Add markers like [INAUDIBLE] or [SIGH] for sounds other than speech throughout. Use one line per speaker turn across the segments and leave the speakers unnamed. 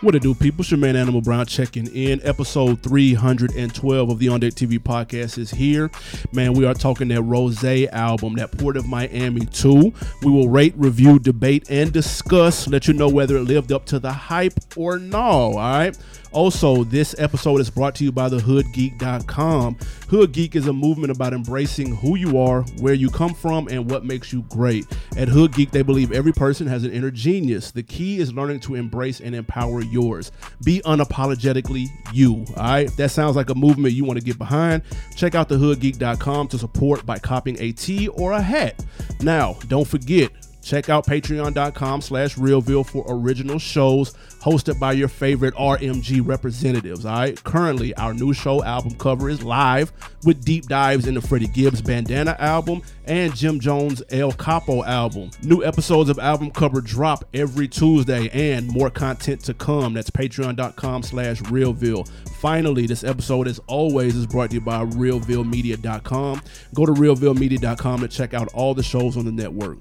What it do, people? It's your man Animal Brown checking in. Episode 312 of the On Deck TV podcast is here. Man, we are talking that Rose album, that Port of Miami 2. We will rate, review, debate, and discuss, let you know whether it lived up to the hype or no. All right. Also, this episode is brought to you by the hoodgeek.com. Hood Geek is a movement about embracing who you are, where you come from, and what makes you great. At Hood Geek, they believe every person has an inner genius. The key is learning to embrace and empower yours. Be unapologetically you. All right. If that sounds like a movement you want to get behind, check out the hoodgeek.com to support by copying a tee or a hat. Now, don't forget, Check out patreon.com slash realville for original shows hosted by your favorite RMG representatives. All right. Currently, our new show album cover is live with deep dives into Freddie Gibbs' Bandana album and Jim Jones' El Capo album. New episodes of album cover drop every Tuesday and more content to come. That's patreon.com slash realville. Finally, this episode, as always, is brought to you by realvillemedia.com. Go to realvillemedia.com to check out all the shows on the network.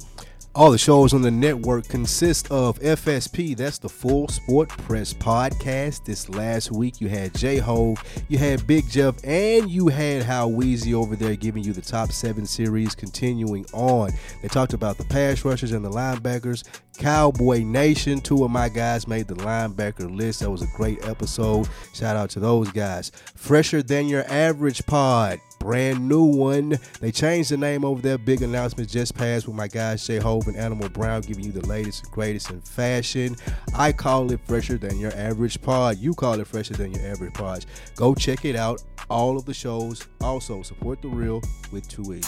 All the shows on the network consist of FSP, that's the Full Sport Press Podcast. This last week you had J Ho, you had Big Jeff, and you had How Weezy over there giving you the top seven series continuing on. They talked about the pass rushers and the linebackers. Cowboy Nation, two of my guys made the linebacker list. That was a great episode. Shout out to those guys. Fresher Than Your Average Pod brand new one. They changed the name over there. Big announcement just passed with my guys Shay Hove and Animal Brown giving you the latest and greatest in fashion. I call it fresher than your average pod. You call it fresher than your average pod. Go check it out. All of the shows. Also support the real with two E's.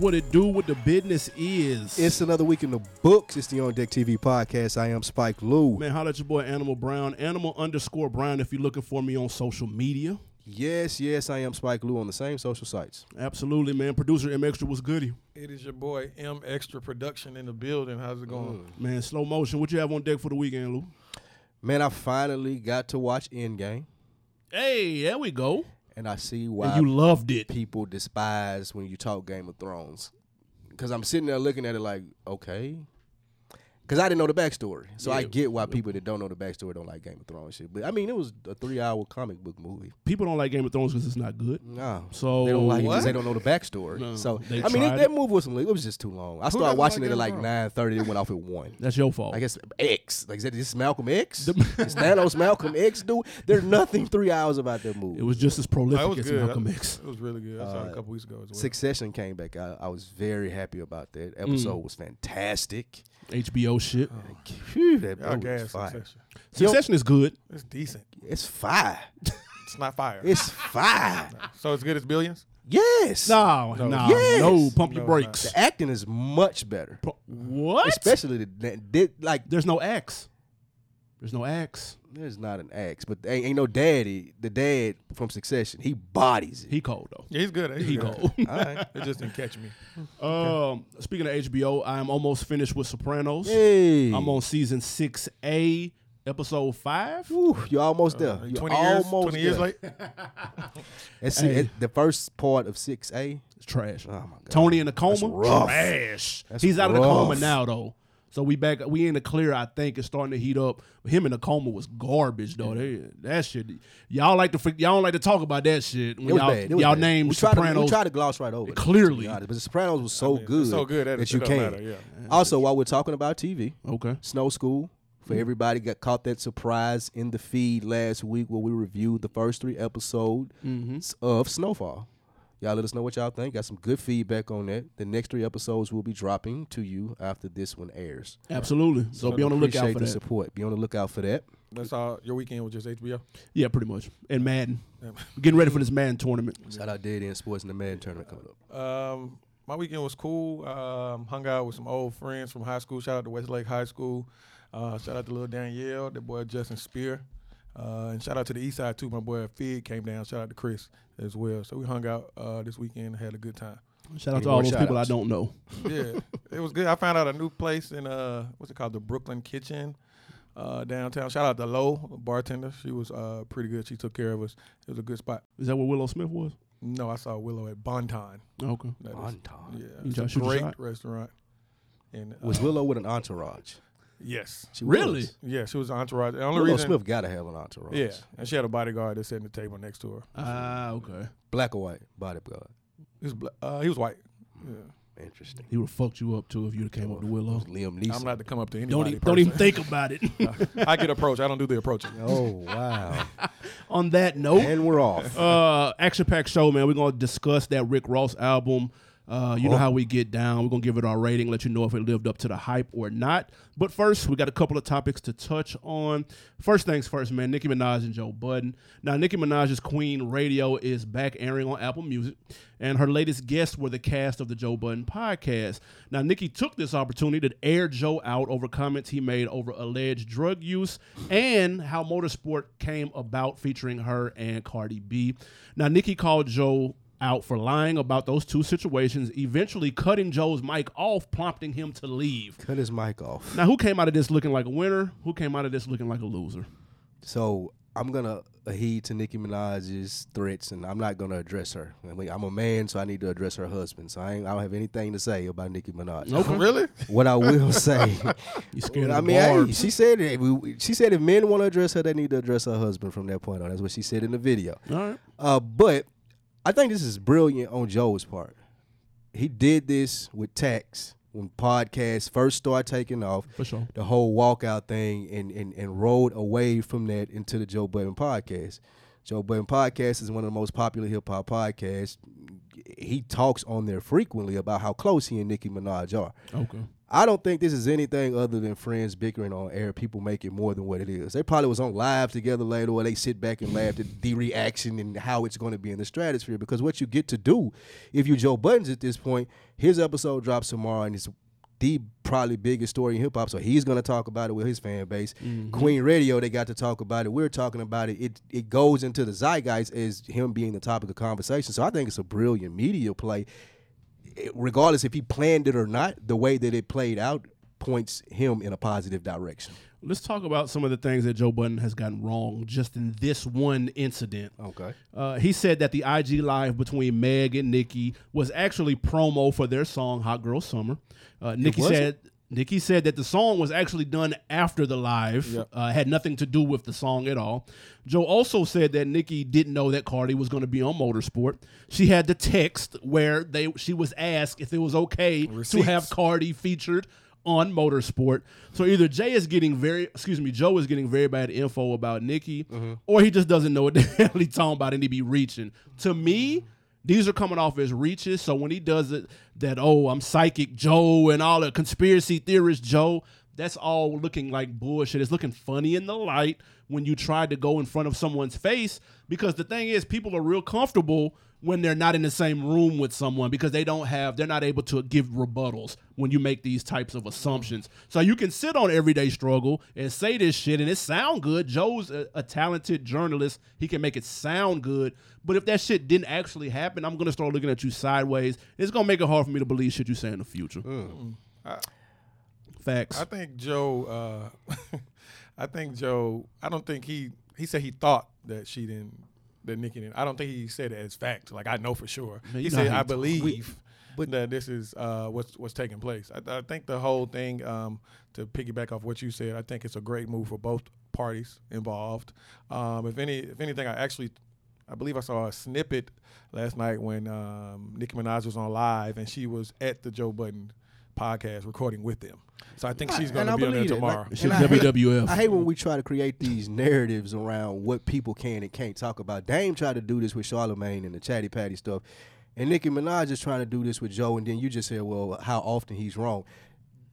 What it do, what the business is.
It's another week in the books. It's the On Deck TV podcast. I am Spike Lou.
Man, holla at your boy Animal Brown, Animal underscore Brown if you're looking for me on social media.
Yes, yes, I am Spike Lou on the same social sites.
Absolutely, man. Producer M Extra was goody.
It is your boy M Extra Production in the building. How's it going?
Man, slow motion. What you have on deck for the weekend, Lou?
Man, I finally got to watch Endgame,
Hey, there we go.
and I see why
and you loved it.
people despise when you talk Game of Thrones. Because I'm sitting there looking at it like, okay. Because I didn't know the backstory. So I
Yeah.
get why people that don't know the backstory don't like Game of Thrones shit. But I mean, it was a three hour comic book movie.
People don't like Game of Thrones because it's not good.
No.
So
They don't like it 'cause
What?
they don't know the backstory.
No,
so
they
I mean, it,
tried it.
that movie was some, it was just too long. I
doesn't
started watching
like
it at
Game
like
of
nine thirty. It went off at one.
That's your fault.
I guess X. Like is that this is Malcolm X? Is Thanos Malcolm X dude? There's nothing three hours about that movie.
Oh, it was just as
Mm.
prolific
That was
as
good.
Malcolm
I-
X.
It was really good. I saw
Uh,
it a couple weeks ago as well.
Succession came back. I, I was very happy about that. Episode
Mm.
was fantastic.
HBO shit.
Phew, that
I
movie is
guess
oh, fire.
Succession.
Succession is good.
It's decent.
It's fire. [LAUGHS]
It's not fire.
It's fire.
so it's good as billions.
yes.
No, no, no.
Yes.
Pump your
No,
brakes.
The acting is much better.
Pro- What?
Especially the, the, the like
There's no X. There's no X.
there's not an ex, but ain't, ain't no daddy. The dad from Succession, he bodies it.
He cold though.
Yeah, he's good. He's
He
good.
cold.
All right.
It just didn't
[LAUGHS]
catch me.
Um, speaking of HBO, I am almost finished with Sopranos.
Hey.
I'm on season six A, episode five.
Whew, you're almost there.
Like
You're
20 Uh, years,
almost
20 years
there.
late.
That's it. It- the first part of six A.
It's trash.
Oh my God.
Tony in the coma.
rough.
Trash.
That's
He's out of the
rough.
coma now though. So we back. We in the clear. I think it's starting to heat up. Him in the coma was garbage though. They- that shit. Y'all like to freak. Y'all don't like to talk about that shit. When
It was
y'all
bad. It was
y'all
bad.
named
we tried To, we
Sopranos.
tried to gloss right over. it, to be
Clearly.
honest, but the Sopranos was so
it's
good.
so good that it-
you
it don't
can't.
matter, yeah.
Also, while we're talking about TV,
okay.
Snow School
Mm-hmm.
for everybody got caught that surprise in the feed last week where we reviewed the first three episodes
Mm-hmm.
of Snowfall. Y'all let us know what y'all think. Got some good feedback on that. The next three episodes will be dropping to you after this one airs.
Absolutely. So, be on the lookout
Appreciate
for
the
that. Mm-hmm.
support. Be on the lookout for that.
That's all. Your weekend was just HBO.
Yeah, pretty much. And
[LAUGHS]
Madden. Getting ready for this Madden tournament.
Shout out Dead End Sports and the Madden tournament coming up.
Um, my weekend was cool. Um, hung out with some old friends from high school. Shout out to Westlake High School. Uh, shout out to little Danielle, that boy Justin Spear. Uh, and shout out to the East Side too. My boy Fig came down. Shout out to Chris as well. So we hung out uh, this weekend and had a good time.
Shout out
Any
to all
more
those people I
shout-outs?
don't know.
yeah, it was good. I found out a new place in uh, what's it called, the Brooklyn Kitchen, uh, downtown. Shout out to Lo, a bartender. She was uh pretty good. She took care of us. It was a good spot.
Is that where Willow Smith was?
No, I saw Willow at Bonton.
Okay.
That is-
Entente.
yeah,
You
it's
tryna
a
shoot your
great
shot?
restaurant. And uh,
Was Willow with an entourage?
yes,
She
Really?
was.
yeah, she was an entourage. The only
Willow
reason,
Smith gotta have an entourage.
yeah, and she had a bodyguard that sat in the table next to her.
Ah, okay.
Black or white bodyguard.
He was bla- uh, he was white. Yeah.
Interesting.
He would have fucked you up too if you came up to Willow.
It was Liam Neeson.
I'm not to come up to anybody.
Don't even, don't e even think about [LAUGHS] it.
think. I get approached. I don't do the
[LAUGHS]
approaching.
Oh wow!
On that note,
[LAUGHS] and we're off.
uh, action packed show, man. We're gonna discuss that Rick Ross album. Uh, you know how we get down. We're gonna give it our rating, let you know if it lived up to the hype or not. But first, we got a couple of topics to touch on. First things first, man. Nicki Minaj and Joe Budden. Now, Nicki Minaj's Queen Radio is back airing on Apple Music, and her latest guests were the cast of the Joe Budden podcast. Now, Nicki took this opportunity to air Joe out over comments he made over alleged drug use and how motorsport came about, featuring her and Cardi B. Now, Nicki called Joe out for lying about those two situations, eventually cutting Joe's mic off, prompting him to leave.
Cut his mic off.
Now, who came out of this looking like a winner? Who came out of this looking like a loser?
So I'm gonna heed to Nicki Minaj's threats, and I'm not gonna address her. I mean, I'm a man, so I need to address her husband. So I, ain't, I don't have anything to say about Nicki Minaj.
really?
What I
[LAUGHS]
will say,
You scared
I
of the
mean, hey,
barbs.
she said it. We- we- She said if men want to address her, they need to address her husband from that point on. That's what she said in the video.
All right.
Uh, but I think this is brilliant on Joe's part. He did this with tax when podcasts first started taking off.
For sure.
The whole walkout thing and, and, and rode away from that into the Joe Budden podcast. Joe Budden podcast is one of the most popular hip hop podcasts. He talks on there frequently about how close he and Nicki Minaj are.
Okay.
I don't think this is anything other than friends bickering on air. People make it more than what it is. They probably was on live together later, or they sit back and laugh at the reaction and how it's going to be in the stratosphere. Because what you get to do, if you Joe Buttons at this point, his episode drops tomorrow, and it's the probably biggest story in hip hop. So he's going to talk about it with his fan base. Queen Radio, they got to talk about it. We're talking about it. It it goes into the zeitgeist as him being the topic of conversation. So I think it's a brilliant media play it- regardless if he planned it or not, the way that it played out points him in a positive direction.
Let's talk about some of the things that Joe Budden has gotten wrong just in this one incident.
Okay.
Uh, he said that the IG live between Meg and Nikki was actually promo for their song "Hot Girl Summer." Uh, Nikki
wasn't?
said Nikki said that the song was actually done after the live, uh, had nothing to do with the song at all. Joe also said that Nikki didn't know that Cardi was going to be on Motorsport. She had the text where they she was asked if it was okay to have
Receipts.
Cardi featured on Motorsport. So either Jay is getting very, excuse me, Joe is getting very bad info about Nikki, or he just doesn't know what the [LAUGHS] hell he's talking about and he be reaching. To me, these are coming off as reaches. So when he does it, that, oh, I'm psychic Joe and all the conspiracy theorist Joe, that's all looking like bullshit. It's looking funny in the light when you try to go in front of someone's face because the thing is, people are real comfortable when they're not in the same room with someone because they don't have they're not able to give rebuttals when you make these types of assumptions so you can sit on everyday struggle and say this shit and it sound good joe's a, a talented journalist he can make it sound good but if that shit didn't actually happen i'm gonna start looking at you sideways it's gonna make it hard for me to believe shit you say in the future facts
I think Joe. Uh, [LAUGHS] I think Joe. I don't think he. He said he thought that she didn't. That Nikki didn't. I don't think he said it as fact. Like I know for sure.
Man, you
he
know
said
how he
I
talk.
believe.
but-
that this is uh, what's what's taking place. I, I think the whole thing, um, to piggyback off what you said, I think it's a great move for both parties involved. Um, if any, if anything, I actually, I believe I saw a snippet last night when um, Nicki Minaj was on live and she was at the Joe Budden podcast recording with them. So I think she's going
And I
to be on there
believe it.
tomorrow.
Like-
shit
and I hate-
wwf
I hate when we try to create these narratives around what people can and can't talk about. Dame tried to do this with Charlemagne and the Chatty Patty stuff, and Nicki Minaj is trying to do this with Joe, and then you just said, well, how often he's wrong.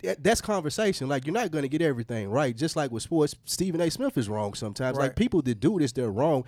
That- That's conversation. Like you're not going to get everything right. Just like with sports, Stephen A. Smith is wrong sometimes. Like
Right.
people that do this, they're wrong.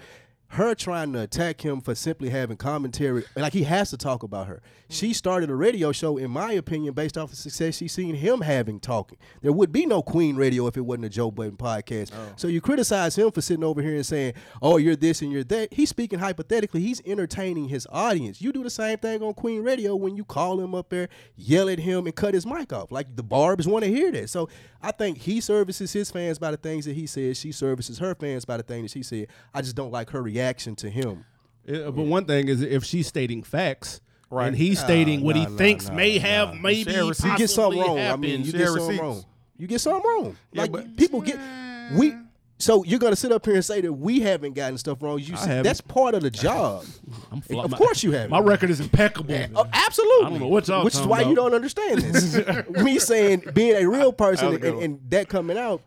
her trying to attack him for simply having commentary. Like he has to talk about her. She started a radio show, in my opinion, based off the success she's seen him having talking. There would be no Queen Radio if it wasn't a Joe Budden podcast. So you criticize him for sitting over here and saying, "Oh, you're this and you're that." He's speaking hypothetically. He's entertaining his audience. You do the same thing on Queen Radio when you call him up there, yell at him, and cut his mic off. Like the barbs want to hear that. So I think he services his fans by the things that he says. She services her fans by the thing that she said. I just don't like her reaction to him.
Yeah, but one thing is if she's stating facts.
Right.
And he's stating what he
nah,
thinks
nah,
may
nah.
have, maybe,
Share receipts.
possibly
You
You
get something wrong. I mean,
happened.
you
Share
get something
receipts.
wrong. You get something wrong. like
but-
people get we. So you're gonna sit up here and say that we haven't gotten stuff wrong. You see,
haven't.
that's part of the job.
[LAUGHS] I'm fl-
Of
my-
course you haven't.
My record is impeccable.
Oh, absolutely.
I don't know what y'all
Which is
talking
why you
about.
don't
[LAUGHS]
understand this. Me saying being a real person
was a
and,
good one.
and that coming out,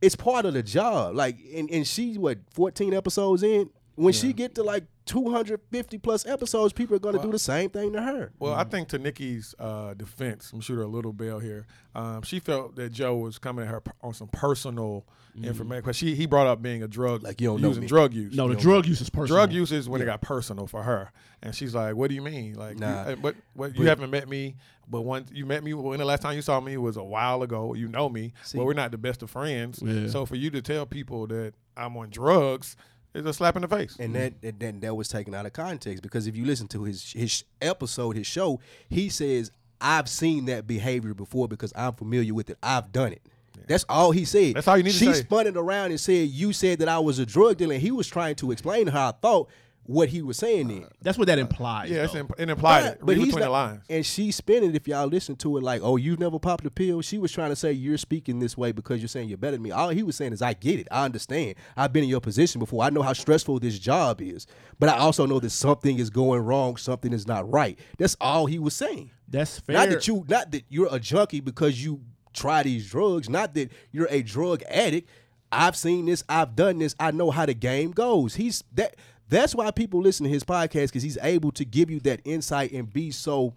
it's part of the job. Like, and, and she what fourteen episodes in. When she get to like two hundred fifty plus episodes, people are gonna do the same thing to her.
Well, I think to Nikki's uh, defense, I'm shooting a little bell here. Um, she felt that Joe was coming at her p- on some personal information because she he brought up being a drug
Like, you don't know
using
me.
drug use.
no, the drug use is personal.
drug use is when it got personal for her, and she's like, "What do you mean? Like, you-
Nah.
uh, what? What? You haven't met me, but once you met me, when the last time you saw me was a while ago. You know me, but we're not the best of friends.
Yeah.
So for you to tell people that I'm on drugs is a slap in the face.
and that and then that was taken out of context because if you listen to his his episode, his show, he says, "I've seen that behavior before because I'm familiar with it. I've done it." That's all he said.
That's all you need to
She
say.
spun it around and said, "You said that I was a drug dealer." And he was trying to explain how I thought what he was saying
Uh,
then.
That's what that implies.
yeah,
Uh, Yeah,
it's imp- it implied it.
But-
Read
but he's
between the
not-
lines.
And she spin it if y'all listen to it like, oh, you've never popped a pill. She was trying to say you're speaking this way because you're saying you're better than me. All he was saying is, I get it. I understand. I've been in your position before. I know how stressful this job is. But I also know that something is going wrong, something is not right. That's all he was saying.
that's fair.
Not that you not that you're a junkie because you try these drugs, not that you're a drug addict. I've seen this, I've done this, I know how the game goes. He's that that's why people listen to his podcast because he's able to give you that insight and be so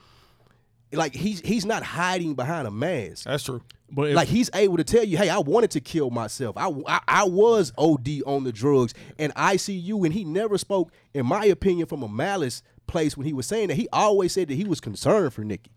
like he's he's not hiding behind a mask.
That's true.
but if,
Like he's able to tell you, hey, I wanted to kill myself. I, I I was OD on the drugs and ICU, and he never spoke, in my opinion, from a malice place when he was saying that. He always said that he was concerned for Nikki.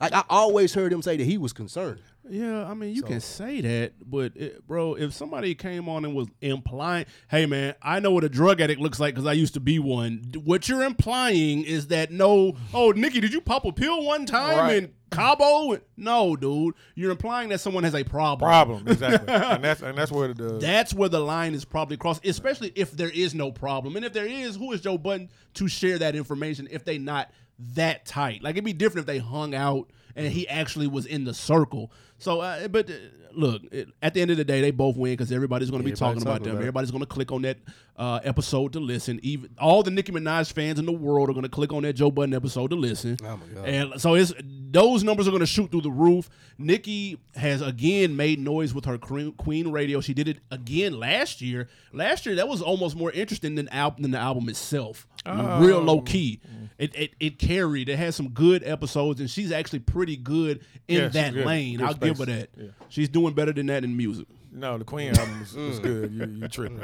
Like I always heard him say that he was concerned.
yeah, I mean, you can say that, but it, bro, if somebody came on and was implying, "Hey, man, I know what a drug addict looks like because I used to be one," d- what you're implying is that no, oh, Nikki, did you pop a pill one time
Right.
in Cabo? No, dude, you're implying that someone has a problem.
Problem [LAUGHS] exactly, and that's and that's where the
That's where the line is probably crossed, especially if there is no problem. And if there is, who is Joe Button to share that information if they not that tight? Like it'd be different if they hung out and he actually was in the circle. So, uh, but uh, look, it, at the end of the day, they both win because everybody's going to be talking about
talking
them.
about it.
Everybody's going to click on that uh, episode to listen. Even all the Nicki Minaj fans in the world are going to click on that Joe Button episode to listen.
Oh, my God.
And so it's those numbers are going to shoot through the roof. Nikki has again made noise with her Queen Queen radio. She did it again last year. Last year that was almost more interesting than al- than the album itself.
Oh.
Real low key. It, it it carried. It had some good episodes, and she's actually pretty good in
Yeah, she's
that
good.
lane.
Good
I'll give her
space.
that. She's doing better than that in music.
No, the Queen album was,
Mm.
was good. You, you tripping?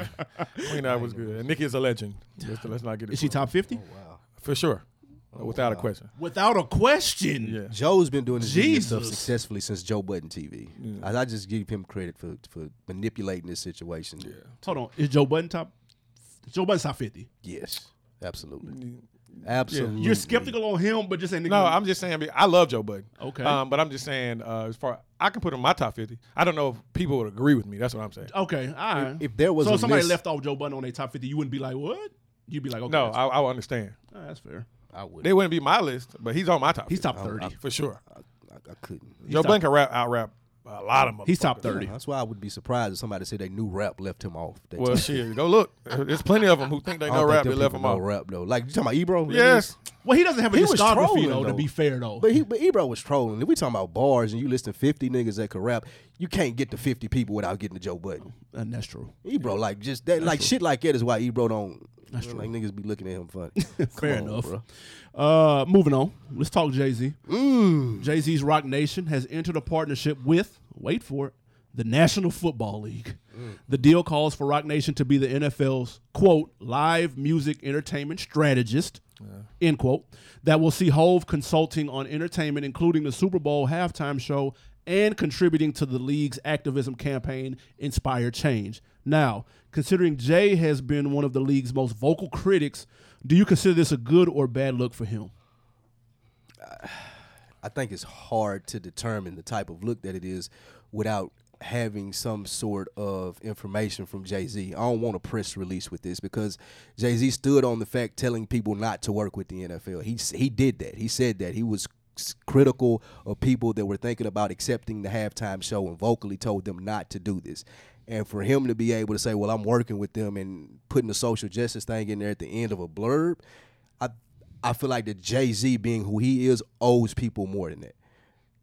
Queen album was good. And Nicki is a legend. Let's, let's not get it.
Is she Oh,
twisted.
top fifty?
for sure, without a question.
Without a question.
Yeah.
Joe's been doing this media stuff
Jesus.
successfully since Joe Budden TV. I, I just give him credit for for manipulating this situation.
Hold on. Is Joe Budden top? Joe Budden's top fifty.
Yes, absolutely, absolutely.
You're skeptical on him, but just saying. Nicki
No,
Minaj-
I'm just saying. I mean, I love Joe Budden.
Okay.
Um, but I'm just saying, uh, as far I can put him in my top fifty. I don't know if people would agree with me. That's what I'm saying.
Okay, all right.
if there was
so,
a
if somebody
list-
left off Joe Budden on their top fifty, you wouldn't be like, "What?" You'd be like, "Okay,
No,
that's,
I, I would understand.
all right, that's fair."
I would,
They wouldn't be my list, but he's on my top.
He's
50,
top Uh, thirty.
for sure.
I, I couldn't.
Joe Budden can rap out rap a lot of them.
He's top thirty.
That's why I would be surprised if somebody said they knew rap left him off. That
Well, shit, go look. There's plenty of them who think they know rap. They left them
all
off.
rap though. Like you talking about Ebro?
Yes.
Well, he doesn't have a
He was
discography
trolling,
though, To
though.
be fair though,
But he but Ebro was trolling. If we talking about bars and you listing fifty niggas that could rap, you can't get to fifty people without getting to Joe Budden.
and Uh, that's true.
Ebro, like just that like shit like that is why Ebro don't like niggas be looking at him
[LAUGHS]
funny. Come
Fair
on,
enough.
bruh.
Uh, moving on. Let's talk Jay Z. Jay Z's Rock Nation has entered a partnership with, wait for it, the National Football League. The deal calls for Rock Nation to be the NFL's quote live music entertainment strategist end quote that will see Hove consulting on entertainment, including the Super Bowl halftime show and contributing to the league's activism campaign, Inspire Change. Now, considering Jay has been one of the league's most vocal critics, do you consider this a good or bad look for him?
I think it's hard to determine the type of look that it is without having some sort of information from Jay Z. I don't want a press release with this because Jay Z stood on the fact telling people not to work with the NFL. He s- he did that. He said that he was s- critical of people that were thinking about accepting the halftime show and vocally told them not to do this. And for him to be able to say, "Well, I'm working with them," and putting the social justice thing in there at the end of a blurb, I I feel like the Jay Z being who he is owes people more than that.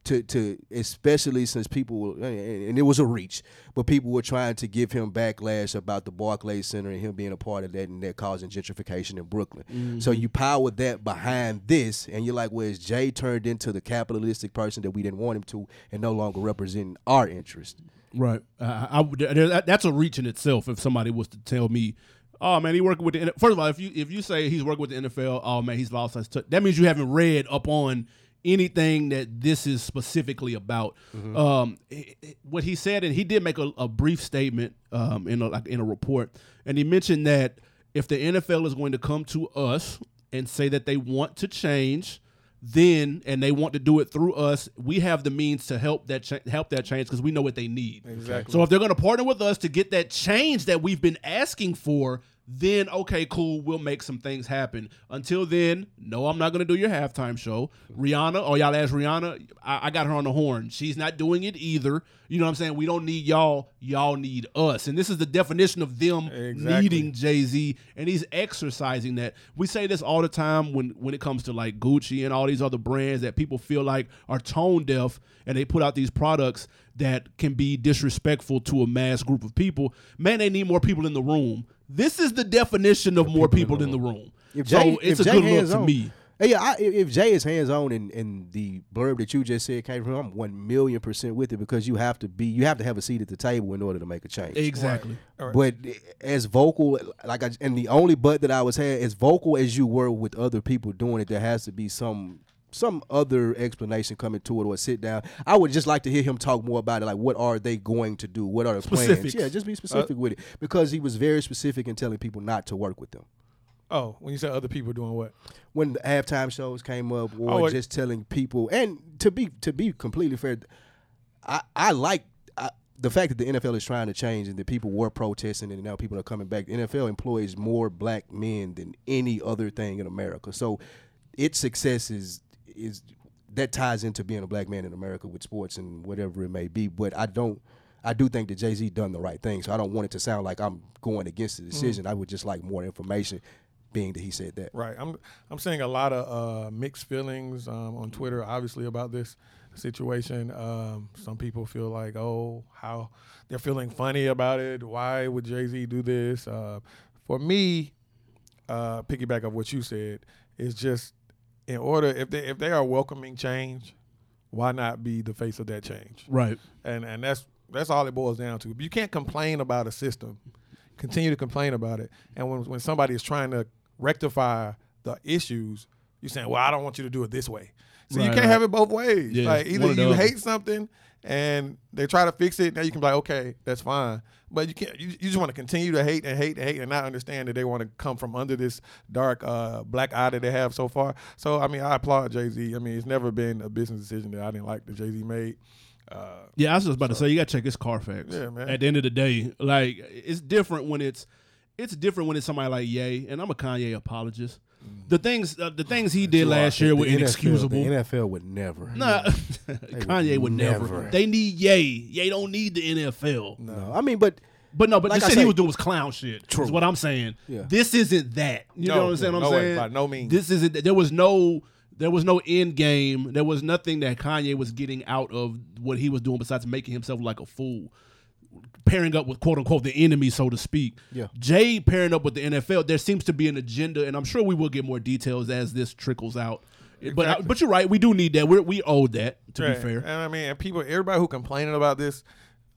To to especially since people were, and it was a reach, but people were trying to give him backlash about the Barclays Center and him being a part of that and that causing gentrification in Brooklyn. So you power that behind this, and you're like, well, is Jay turned into the capitalistic person that we didn't want him to, and no longer representing our interest?
Right. Uh, I, would- there- that- that's a reach in itself. If somebody was to tell me, "Oh man, he working with the N-" first of all," if you if you say he's working with the NFL, oh man, he's lost his touch. That means you haven't read up on anything that this is specifically about. Um, it- it- what he said, and he did make a, a brief statement um, in a, like in a report, and he mentioned that if the NFL is going to come to us and say that they want to change, then and they want to do it through us, we have the means to help that cha- help that change because we know what they need.
Exactly.
So if they're going to partner with us to get that change that we've been asking for, then okay, cool, we'll make some things happen. Until then, no, I'm not going to do your halftime show. Rihanna, oh y'all ask Rihanna, I, I got her on the horn. She's not doing it either. You know what I'm saying? We don't need y'all. Y'all need us. And this is the definition of them
Exactly.
needing Jay Z, and he's exercising that. We say this all the time when when it comes to like Gucci and all these other brands that people feel like are tone deaf, and they put out these products that can be disrespectful to a mass group of people. Man, they need more people in the room. This is the definition of more people in the room. so it's a good look
hands
to
on-
me.
Hey, Yeah, I, if- if Jay is hands on and, and the blurb that you just said came from, I'm one million percent with it because you have to be, you have to have a seat at the table in order to make a change.
Exactly.
But as vocal, like, I, and the only but that I was had, as vocal as you were with other people doing it, there has to be some some other explanation coming to it or sit down. I would just like to hear him talk more about it. Like, what are they going to do? What are the
Specifics. Uh,
plans? Yeah, just be specific with it because he was very specific in telling people not to work with them.
Oh, when you say other people doing what?
when the halftime shows came up or
Oh, it-
just telling people and to be to be completely fair i i like I, the fact that the nfl is trying to change and that people were protesting and now people are coming back the nfl employs more black men than any other thing in america so its success is is that ties into being a black man in america with sports and whatever it may be but i don't I do think that Jay Z done the right thing, so I don't want it to sound like I'm going against the decision. I would just like more information, being that he said that.
Right. I'm I'm seeing a lot of uh, mixed feelings um, on Twitter, obviously about this situation. Um, some people feel like, oh, how they're feeling funny about it. Why would Jay Z do this? Uh, for me, uh, piggyback of what you said is just in order if they if they are welcoming change, why not be the face of that change?
Right.
and and that's that's all it boils down to. You can't complain about a system. Continue to complain about it, and when when somebody is trying to rectify the issues, you're saying, "Well, I don't want you to do it this way." So you
Right,
can't
right.
have it both ways.
Yeah,
like
it's
either
one or the
you
other.
hate something and they try to fix it, now you can be like, "Okay, that's fine," but you can't. You, you just want to continue to hate and hate and hate and not understand that they want to come from under this dark uh, black eye that they have so far. So I mean, I applaud Jay Z. I mean, it's never been a business decision that I didn't like that Jay Z made. Uh,
Yeah, I was just about to say you got to check this Carfax.
Yeah, man.
At the end of the day, like it's different when it's it's different when it's somebody like Ye, and I'm a Kanye apologist. The things uh, the things he did last year were
The NFL,
inexcusable.
The NFL would never.
Nah, [LAUGHS] Kanye would never.
never.
They need Ye. Ye don't need the NFL.
No, I mean, but
But no, but
Like
the
I
shit
say-
he was doing was clown shit. True.
True.
Is what I'm saying.
Yeah.
This isn't that. You
No,
know what I'm saying?
no
I'm
way,
saying
by no means.
This isn't. There was no. There was no end game. There was nothing that Kanye was getting out of what he was doing besides making himself like a fool, pairing up with quote unquote the enemy, so to speak.
Yeah.
Jay pairing up with the NFL. There seems to be an agenda, and I'm sure we will get more details as this trickles out. But I, but you're right. We do need that. We're, we owe that to
Right.
be fair.
And I mean, and people, everybody who complaining about this,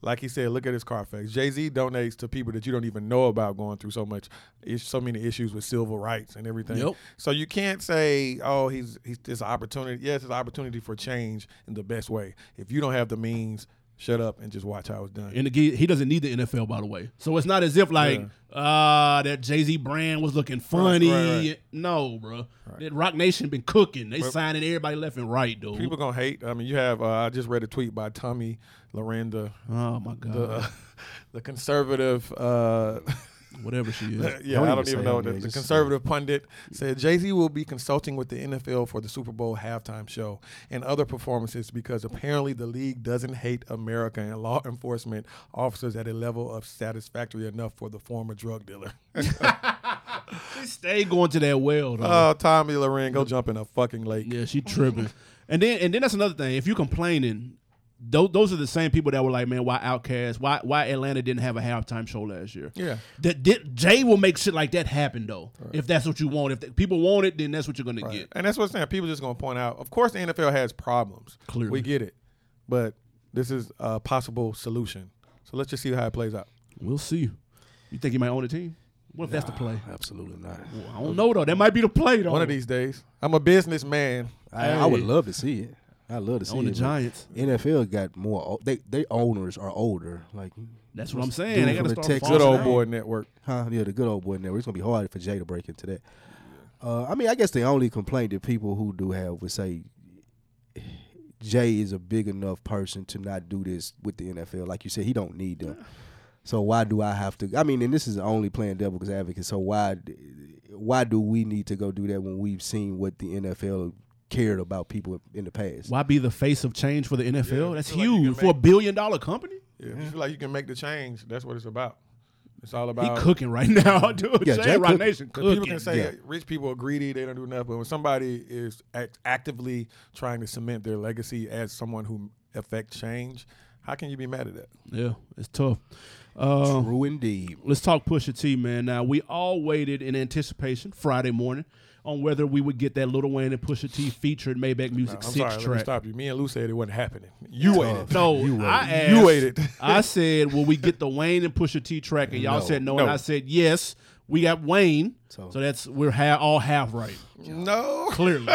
Like he said, look at his Carfax. Jay Z donates to people that you don't even know about going through so much, is- so many issues with civil rights and everything.
Yep.
So you can't say, oh, he's he's this opportunity. Yes, it's an opportunity for change in the best way. If you don't have the means, shut up and just watch how it's done.
And again, he doesn't need the NFL, by the way. So it's not as if like uh that Jay Z brand was looking funny.
right.
No, bro. That Rock Nation been cooking. They signing everybody left and right, dude.
People gonna hate. I mean, you have. Uh, I just read a tweet by Tommy Lorenda,
oh my god,
the, [LAUGHS] the conservative. Uh, [LAUGHS]
whatever she is.
yeah,
Don't
I
even
don't
say
even
her
know. The,
name,
the
just say-
conservative pundit said Jay Z will be consulting with the NFL for the Super Bowl halftime show and other performances because apparently the league doesn't hate America and law enforcement officers at a level of satisfactory enough for the former drug dealer. [LAUGHS]
She stay going to that well, though.
Oh, Tommy Loren, go jump in a fucking lake.
yeah, she tripping. and then and then that's another thing. If you complaining, those those are the same people that were like, man, why Outcast? Why why Atlanta didn't have a halftime show last year?
Yeah.
That did, Jay will make shit like that happen though. If that's what you want, if the, people want it, then that's what you're gonna get.
And that's what I'm saying. People just gonna point out. Of course, the NFL has problems.
Clearly.
we get it, but this is a possible solution. So let's just see how it plays out.
We'll see. You think he might own the team? What if that's the play?
Absolutely not.
Well, I don't know though. That might be the play though.
One of these days, I'm a businessman.
I, I would
Hey.
love to see it. I love to see
on
it.
the Giants.
NFL got more. o- They they owners are older. Like,
That's what I'm saying. They gotta
dude from the
start
Texas-
falling
Good old
out.
boy network.
huh? Yeah, the good old boy network. It's gonna be hard for Jay to break into that. Uh, I mean, I guess the only complaint that people who do have would say Jay is a big enough person to not do this with the NFL. Like you said, he don't need them. So why do I have to? I mean, and this is only playing devil's advocate. So why, d- why do we need to go do that when we've seen what the NFL cared about people in the past?
Why be the face of change for the NFL?
Yeah,
that's
I feel like you
huge
can
for a billion dollar company.
Yeah, If you feel like you can make the change, that's what it's about. It's all
He
about.
cooking right [LAUGHS] now, dude.
Yeah,
Jay
Jay
Rock
cooking.
Nation
Because
cooking.
people can say
Yeah.
that rich people are greedy, they don't do nothing. But when somebody is act- actively trying to cement their legacy as someone who affects change, how can you be mad at that?
yeah, it's tough. Uh,
True indeed.
let's talk Pusha T, man. Now we all waited in anticipation Friday morning on whether we would get that Little Wayne and Pusha T featured Maybach Music
I'm
six
sorry, let me
track.
stop you. Me and Lou said it wasn't happening. You waited.
No,
[LAUGHS] You
I asked,
waited. You waited.
[LAUGHS] I said, "Will we get the Wayne and Pusha T track?" And y'all
No.
said no,
No.
and I said yes. We got Wayne, so,
So-
that's we're ha- all half
[LAUGHS]
right.
[LAUGHS] No,
Clearly,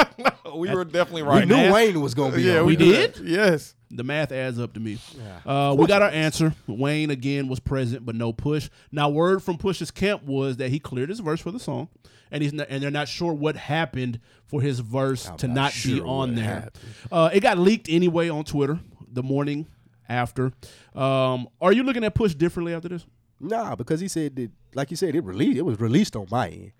we were definitely
We
right.
knew
now-
Wayne was gonna be.
yeah,
on
we
it.
did?
did. Yes.
the math adds up to me. Uh, we got our answer. Wayne again was present, but no push. Now, word from Push's camp was that he cleared his verse for the song, and he's not, and they're not sure what happened for his verse to not,
not
be
sure
on
what
there.
happened.
Uh, it got leaked anyway on Twitter the morning after. Um, are you looking at Push differently after this?
Nah, because he said that, like you said, it released. It was released on my end.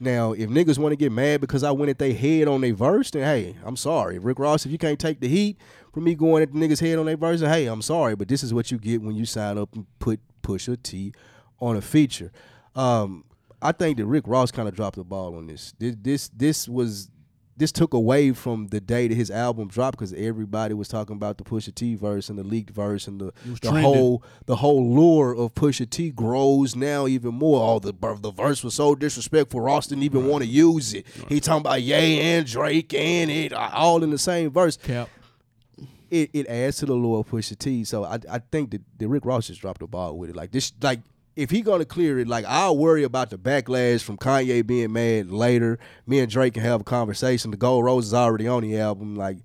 Now, if niggas want to get mad because I went at they head on their verse, then hey, I'm sorry, Rick Ross. If you can't take the heat for me going at the niggas head on their verse, then, hey, I'm sorry, but this is what you get when you sign up and put Pusha T on a feature. Um, I think that Rick Ross kind of dropped the ball on this. This this this was this took away from the day that his album dropped because everybody was talking about the Pusha T verse and the leaked verse and the,
was
the
trending.
whole the whole lore of Pusha T grows now even more. All the the verse was so disrespectful, Ross didn't even want to use it. He talking about Ye and Drake and it all in the same verse.
Cap.
It it adds to the lore of Pusha T. So I I think that, that Rick Ross just dropped the ball with it. Like this like. If he gonna clear it, like I'll worry about the backlash from Kanye being mad later. Me and Drake can have a conversation. The Gold Rose is already on the album. Like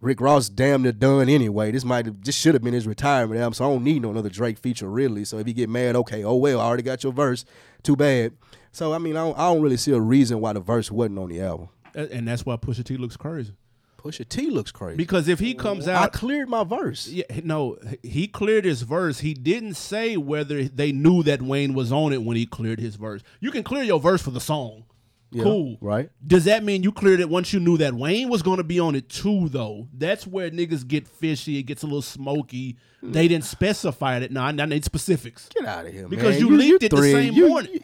Rick Ross, damn near done anyway. This might have, this should have been his retirement album. So I don't need no another Drake feature really. So if you get mad, okay, oh well, I already got your verse. Too bad. So I mean, I don't, I don't really see a reason why the verse wasn't on the album.
A- And that's why Pusha T looks crazy.
Pusha T looks crazy.
Because if he comes
I
out,
cleared my verse.
yeah, no, he cleared his verse. He didn't say whether they knew that Wayne was on it when he cleared his verse. You can clear your verse for the song.
Yeah,
cool.
right.
Does that mean you cleared it once you knew that Wayne was going to be on it too, though? That's where niggas get fishy. It gets a little smoky. They didn't specify it. No, I, I need specifics.
Get out of here,
Because
man.
you leaked it the
thread-
same
you-
morning.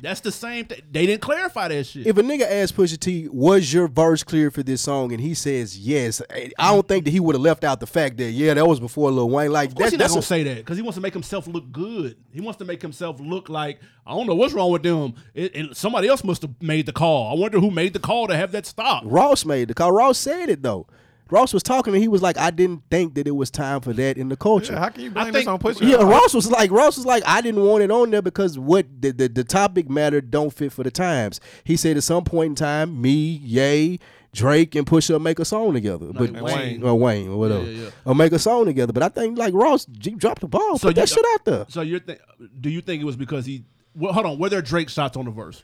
That's the same thing. They didn't clarify that shit.
If a nigga asked Pusha T, "Was your verse clear for this song?" and he says yes, I I don't think that he would have left out the fact that yeah, that was before Lil Wayne. Like
Of course
that,
he not
that's
gonna
a-
say that because he wants to make himself look good. He wants to make himself look like I don't know what's wrong with them. It, it- somebody else must have made the call. I wonder who made the call to have that stop.
Ross made the call. Ross said it though. Ross was talking and he was like, I didn't think that it was time for that in the culture.
Yeah, how can you
I
blame
think-
this on Pusha?
Yeah, Ross was like, Ross was like, I didn't want it on there because what the, the, the topic matter don't fit for the times. He said at some point in time, me, Yay, Drake, and Pusha make a song together, but
And
Wayne.
or Wayne or whatever,
yeah, yeah.
or make a song together. But I think like Ross G, dropped the ball,
So
put
you-
that shit out there.
So you're think? Do you think it was because he? Well, hold on. Were there Drake shots on the verse?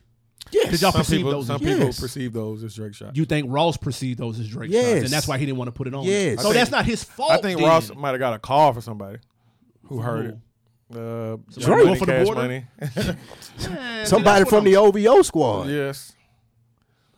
Yes,
Did y'all
Some
perceive
people,
those?
some
As,
people
Yes.
perceive those as Drake shots.
you think Ross perceived those as Drake shots,
Yes.
and that's why he didn't want to put it on?
Yes.
So
I
think-
that's not his fault.
I think
Oh, then.
Ross might have got a call for somebody who heard it.
who?
Uh,
Somebody
Money,
for the
Cash
border?
Money. [LAUGHS]
Man, see,
somebody
that's
from
what
the OVO squad.
yes,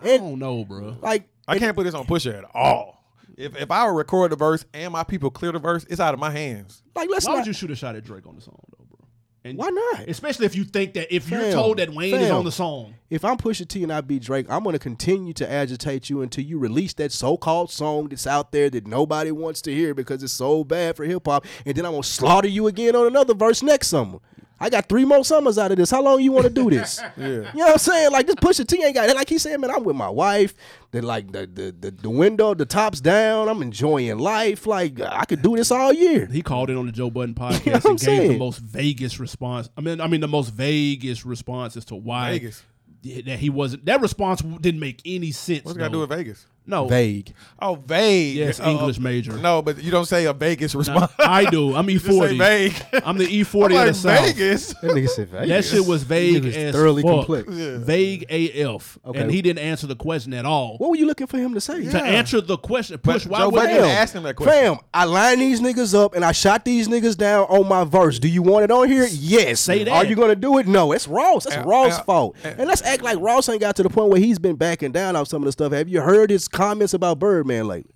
I'm- I
And
don't know, bro.
like,
I can't put this on Pusha at all. If if I record the verse and my people clear the verse, it's out of my hands.
like let's
Why would
not.
you shoot a shot at Drake on the song though, bro? And
Why not?
Especially if you think that if you're
Fam,
told that Wayne is
fam.
on the song,
if I'm Pusha T and I beat Drake, I'm gonna continue to agitate you until you release that so-called song that's out there that nobody wants to hear because it's so bad for hip hop, and then I'm gonna slaughter you again on another verse next summer. I got three more summers out of this. How long you want to do this? You know what I'm saying? Like this Pusha T ain't got it. Like he said, man, I'm with my wife. That like the, the the the window, the top's down. I'm enjoying life. Like I could do this all year.
he called it on the Joe Budden podcast
[LAUGHS] You know what I'm
and gave the
saying?
most vaguest response. I mean, I mean the most vaguest response as to why
Vegas.
th- that he wasn't. That response w- didn't make any sense.
What's it
though.
got to do with Vegas?
no
Vague.
Oh, vague.
Yes,
Uh,
English major.
No, but you don't say a Vegas response.
I
[LAUGHS]
do. [LAUGHS] I'm E
You say
forty.
vague.
I'm the E
[LAUGHS] I'm
forty of
like,
the South.
Vegas.
That nigga said vague.
That shit was vague
Nigga's
as
thoroughly
fuck.
complex.
Vague AF, and
Okay.
he didn't answer the question at all.
What were you looking for him to say?
To answer the question,
But
push. Why
Joe
would
Budden
you-
asked ask him that question.
Oh, Fam, I lined these niggas up and I shot these niggas down on my verse. Do you want it on here? Yes.
Say that.
Are you gonna do it? No. It's Ross. That's
Uh,
Ross'
uh,
fault. and let's act like Ross ain't got to the point where he's been backing down off some of the stuff. Have you heard his comments about Birdman lately?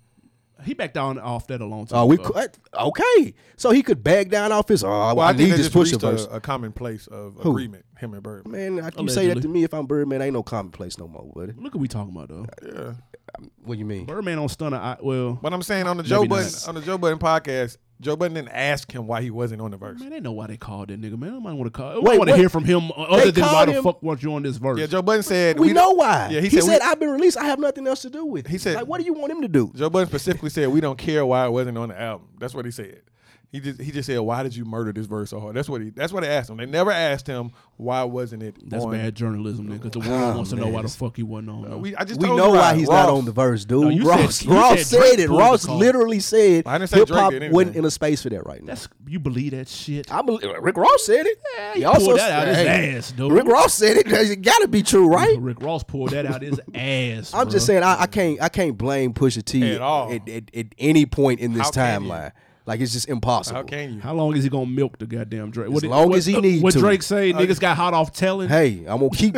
He backed down off that a long time.
Oh, we
ago.
cou- uh, okay. So he could back down off his. Oh, I,
Uh-huh. Well,
I
I, think
need
they
this
just
push
reached
verse.
a, a common place of agreement. Him and Bird.
Man, I- you say that to
Allegedly.
me if I'm Birdman, ain't no commonplace no more, buddy.
Look what we talking about though.
Yeah.
What you mean?
Birdman on Stunner. I, well,
But I'm saying on the Joe
Maybe
Budden
not.
on the Joe Budden podcast, Joe Budden didn't ask him why he wasn't on the verse.
man, they know why they called that nigga. Man, nobody want to call.
Wait,
Wait, want to
wait.
hear from him uh, other
They
than why
called
the
him-
fuck weren't you on this verse?
Yeah, Joe Budden said
We,
don't-
know why.
Yeah,
he,
he,
said,
said, we-
I've been released. I have nothing else to do with it.
He said-
like, what do you want him to do?
Joe Budden specifically said we don't care why it wasn't on the album. That's what he said. He just he just said why did you murder this verse so hard? That's what he that's what they asked him. They never asked him why wasn't it
That's
on.
bad journalism, nigga. Because the world
Ah,
wants to know why the fuck he wasn't on. man.
We, I just
We
told
know
you
why
right.
he's
Ross-
not on the verse, dude.
No, you
Ross,
said- you
Ross
said
said,
Drake
it.
pulled
Ross
the call.
literally said
I didn't say
hip
Drake
hop
did anything.
wasn't in a space for that right now.
That's you believe that shit.
I believe Rick Ross said it.
he pulled that out his ass, dude.
Rick Ross said it. It got to be true, right?
Rick Ross pulled that out
[LAUGHS]
his ass.
I'm just
bruh.
saying I, I can't I can't blame Pusha T
At all.
At, at- at any point in this
How can you?
timeline. Like it's just impossible.
How can you?
How long is he gonna milk the goddamn Drake? What,
As long
what- uh,
as he need
What
to.
Drake say?
Uh,
Niggas got hot off telling.
Hey, I'm gonna keep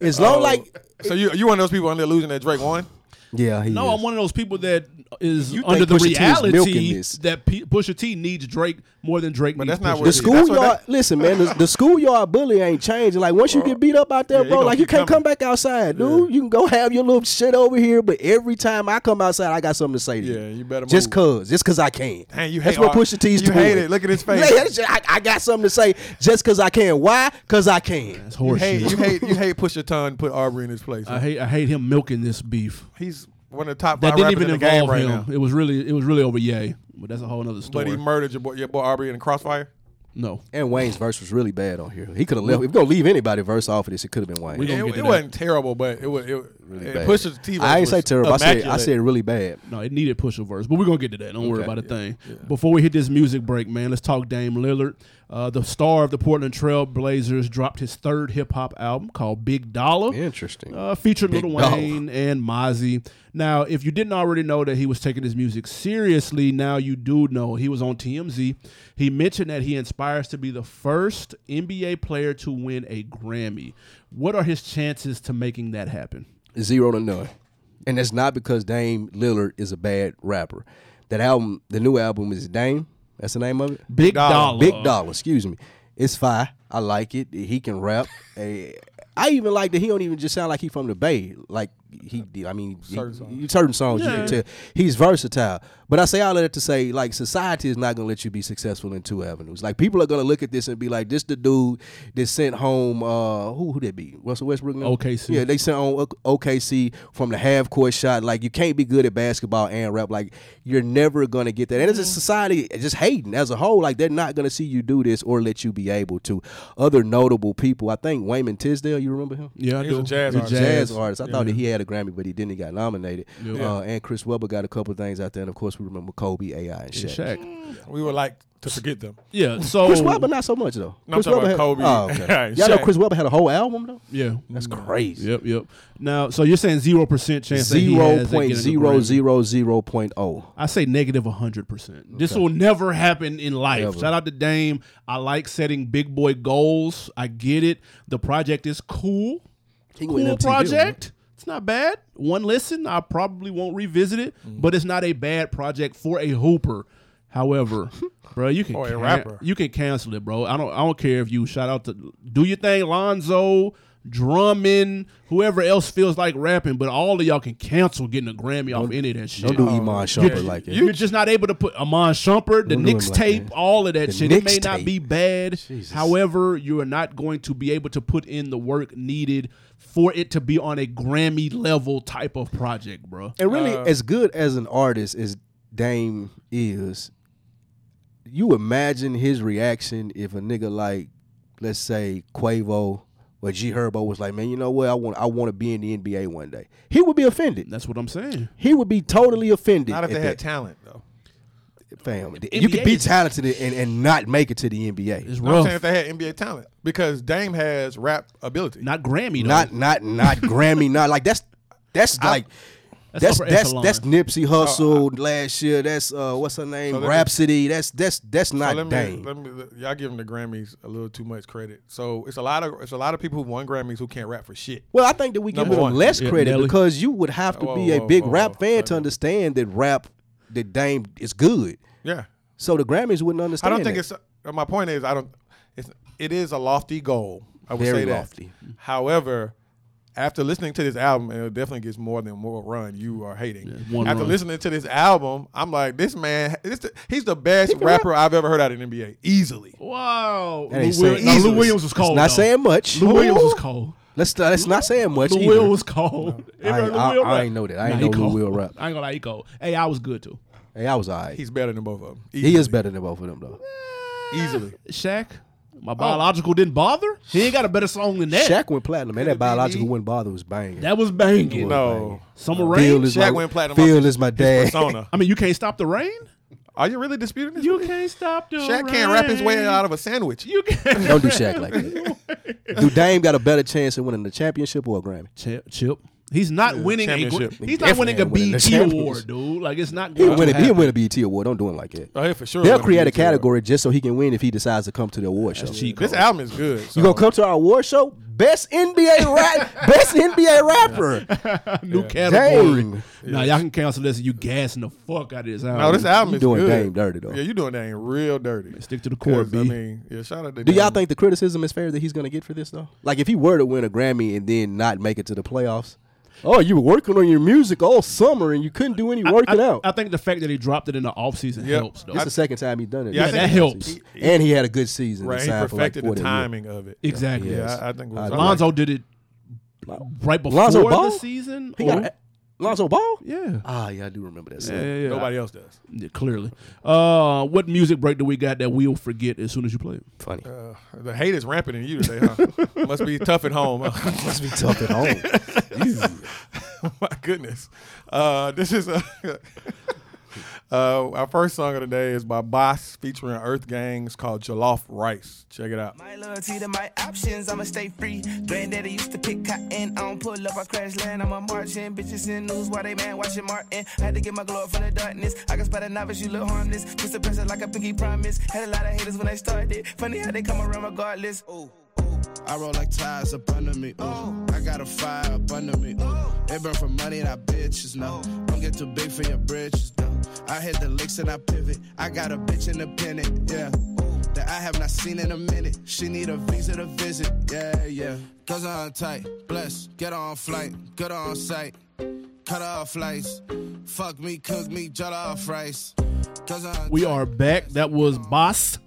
as long like
So you you one of those people on there losing that Drake won?
yeah. He
No,
is.
I'm one of those people that is
You think
under the
Pusha T is milking
reality
this.
that P- Pusha T needs Drake more than Drake needs
that's
Pusha
not what
The
it
T.
is. That's what
schoolyard, listen, man. The, the schoolyard bully ain't changing. Like once you get beat up out there,
Yeah, he
bro,
gonna
like you
keep
can't
coming.
come back outside, dude. You can go have your little shit over here, but every time I come outside, I got something to say to you.
Yeah, you better
Just
move.
cause, just cause I can.
Dang, you
That's
hate
what
R-
Pusha T's
you
doing.
hate it.
[LAUGHS]
Look at his face.
Yeah, that's- I, I got something to say just cause I can. Why? Cause I can.
That's
You
horseshit.
hate you hate you hate Pusha T and put Aubrey in his place.
I hate I hate him milking this beef.
he's one of the top
That
five
didn't
rappers in
even
the game
involve
right
him.
now.
It was really it was really over Ye, but that's a whole other story.
But he murdered your boy your boy Aubrey in a crossfire.
no,
And Wayne's verse was really bad on here. He could have left. If you're gonna leave anybody verse off of this, it could have been Wayne.
We gonna
It,
get to
it
that.
wasn't terrible, but it was it, really it
bad.
Pusha T. verse
I ain't say
was
terrible. I said I
immaculate.
said really bad.
no, it needed push a verse. But we're gonna get to that. Don't worry about a thing. Before we hit this music break, man, let's talk Dame Lillard. Uh, the star of the Portland Trail Blazers dropped his third hip hop album called Big Dollar.
Interesting.
Uh, featured Lil
dog.
Wayne and Mozzie. Now, if you didn't already know that he was taking his music seriously, now you do know. He was on TMZ. He mentioned that he inspires to be the first NBA player to win a Grammy. What are his chances to making that happen?
zero to none. And that's not because Dame Lillard is a bad rapper. That album, the new album is Dame. That's the name of it.
Big dollar.
Dollar.
Big Dollar. Excuse me. It's fine. I like it. He can rap. Eh, I even like that he don't even just sound like he from the Bay. Like he did. I mean, he-
Certain songs.
you- certain songs you
Yeah.
can tell he's versatile. But I say all of that to say, like, society is not going to let you be successful in two avenues. Like, people are going to look at this and be like, "This the dude that sent home uh, who who that be Russell Westbrook? now?
OKC.
Yeah, they sent on O- OKC from the half court shot. Like, you can't be good at basketball and rap. Like, you're never going to get that. And as a society, just hating as a whole, like they're not going to see you do this or let you be able to. Other notable people, I think Wayman Tisdale. You remember him?
Yeah, I
He
do.
was a jazz
You're
artist.
jazz, artist. I thought that he had a Grammy, but he didn't. He got nominated. Uh, and Chris Webber got a couple things out there. And of course, we remember Kobe, AI, and Shaq.
Shaq.
We would like to forget them.
Yeah. So
Chris Webber, not so much though.
Oh. No, I'm
Chris
talking
Webber
about
had-
Kobe.
Oh,
[LAUGHS]
okay. Y'all know
Shaq.
Chris Webber had a whole album though.
yeah.
That's crazy.
Yep. Yep. Now, so you're saying zero percent chance that he
Zero
has at
point
getting a
zero
Grammy.
zero zero point oh.
I say negative 100%. This will never happen in life. Shout out to Dame. I like setting big boy goals. I get it. The project is cool.
He
Cool
went MTV, wasn't he?
project. It's not bad. One listen, I probably won't revisit it, but it's not a bad project for a hooper. However, bro, you can
Or a
can-
rapper.
you can cancel it, bro. I don't I don't care if you shout out to do your thing, Lonzo, Drummond, whoever else feels like rapping, but all of y'all can cancel getting a Grammy off any of that shit.
Don't do Iman Shumpert
You're-
like it.
You're just not able to put Amon Shumpert, the
Don't do him
Knicks
like
tape,
that.
all of that
The
shit. It
Knicks
may not
tape.
be bad. However, you are not going to be able to put in the work needed for it to be on a Grammy level type of project, bro.
And really,
Uh,
as good as an artist as Dame is, you imagine his reaction if a nigga like, let's say Quavo or G Herbo was like, man, you know what? I want I want to be in the NBA one day. He would be offended.
That's what I'm saying.
He would be totally offended.
Not if
at
they had
that.
talent though.
Fam, You could
NBA
be
is-
talented and, and not make it to the NBA.
It's
No, I'm saying
rough.
if they had NBA talent because Dame has rap ability.
Not Grammy, though.
Not
[LAUGHS]
not not Grammy. Not like that's that's like.
That's
That's
upper
that's,
echelon.
that's Nipsey Hussle last year. That's uh what's her name?
Uh, let me-
Rhapsody. that's that's that's
So
not
let me,
Dame.
let me y'all giving the Grammys a little too much credit. So it's a lot of it's a lot of people who won Grammys who can't rap for shit.
Well, I think that we give
Number
him
one.
less
Yeah,
credit
Nelly.
because you would have to
Whoa,
be a
whoa,
big
whoa,
rap
whoa.
fan to
Wait.
understand that rap that Dame is good.
Yeah,
So the Grammys wouldn't
I
understand.
don't think
that.
it's. uh, My point is, I don't. It's it is a lofty goal. I would
Very
say that.
lofty. Mm-hmm.
However, after listening to this album, and it definitely gets more than more run. You are hating.
one
after
run.
listening to this album, I'm like, this man, this the, he's the best rapper I've ever heard out of the NBA, easily.
Wow.
That ain't
Lou, Will-
saying
no,
easily.
Lou Williams was
It's
cold.
Not
though.
saying much.
Lou Williams was cold.
Let's not, that's not saying much.
Lou
either.
Will was cold.
I, ain't- I- I ain't know that. I ain't
Nah, he
know Lou
cold.
Will rap.
I ain't gonna lie, he cold. Hey, I was good too.
Hey, I was alright.
He's better than both of them.
He is better than both of them though.
easily.
Shaq, my biological didn't bother. He ain't got a better song than that.
Oh. Shaq went platinum, and
Could it
that
be
biological
me?
wouldn't bother was banging.
that was banging.
No,
Summer
Phil
rain.
is
Shaq
my,
went platinum
Phil
off
is my
his [LAUGHS]
dad.
persona.
I mean, you can't stop the rain.
Are you really disputing this?
You can't stop the rain.
Shaq can't rap his way out of a sandwich.
You can't.
Don't do Shaq like that.
[LAUGHS]
do Dame got a better chance of winning the championship or a Grammy?
Chip, Chip. He's not winning a. gr-
championship.
He's not winning a
Definitely winning the
BET
championship.
award, dude. Like it's not
He
going
win,
to
a, he
happen.
win a BET award. Don't do him like that.
Oh, yeah, for sure.
They'll
would've
create
been
a
easier.
category just so he can win if he decides to come to the award show.
cheap.
This album is good.
You
so-
gonna come to our award show?
[LAUGHS]
Best NBA rap, best NBA rapper.
New category.
Dang.
Nah, y'all can cancel this. You gassing the fuck out of this album.
No, this album
You
is
doing
good.
Dame dirty, though.
Yeah, you doing Dame real dirty.
Stick to the core,
'Cause, I
B.
mean, yeah, shout out to
Do y'all
Dame.
think the criticism is fair that he's gonna get for this though? Like if he were to win a Grammy and then not make it to the playoffs? Oh, you were working on your music all summer and you couldn't do any working
I,
out.
I think the fact that he dropped it in the offseason
Yep.
helps, though.
That's the second time he done it.
Yeah, I
yeah,
This
that
think-
season.
helps.
And he had a good season.
Right, he
aside for, like,
perfected
40
the
years.
timing of it.
Exactly.
Yeah.
Yeah, I, I think it was
Uh,
Lonzo.
Lonzo did it right before
Lonzo
the
Ball?
season.
He
or-
got a, Lonzo Ball?
yeah.
Ah, yeah, I do remember that.
Yeah,
Son.
yeah, yeah.
Nobody else does.
Yeah, clearly. Uh, what music break do we got that we'll forget as soon as you play it?
Funny.
Uh, the hate is rampant in you today, huh? Must be tough at home. huh?
[LAUGHS] Must be tough at home. [LAUGHS]
[LAUGHS] My goodness. Uh, this is a, [LAUGHS] uh, our first song of the day is by Boss featuring Earth Gangs called Jollof Rice. Check it out.
My loyalty to my options, I'ma stay free. Granddaddy used to pick cotton, I don't pull up, I crash land, I'm a marching. Bitches in news while they man watching Martin. Had to get my glory from the darkness. I can spot a novice, you look harmless. Just a person like a pinky promise. Had a lot of haters when I started. Funny how they come around regardless.
Ooh, ooh. I roll like tires up under me. Ooh. I got a fire up under me. Ooh. They burn for money, that bitches know. Don't get too big for your bridges, though. I hit the licks and I pivot. I got a bitch independent, yeah. Ooh. that I have not seen in a minute. She need a visa to visit. Yeah, yeah. Cause I'm tight, bless, get her on flight, good on site. Cut her off lights. Fuck me, cook me, jolly off rice. Cause I'm
We are back. That was Boss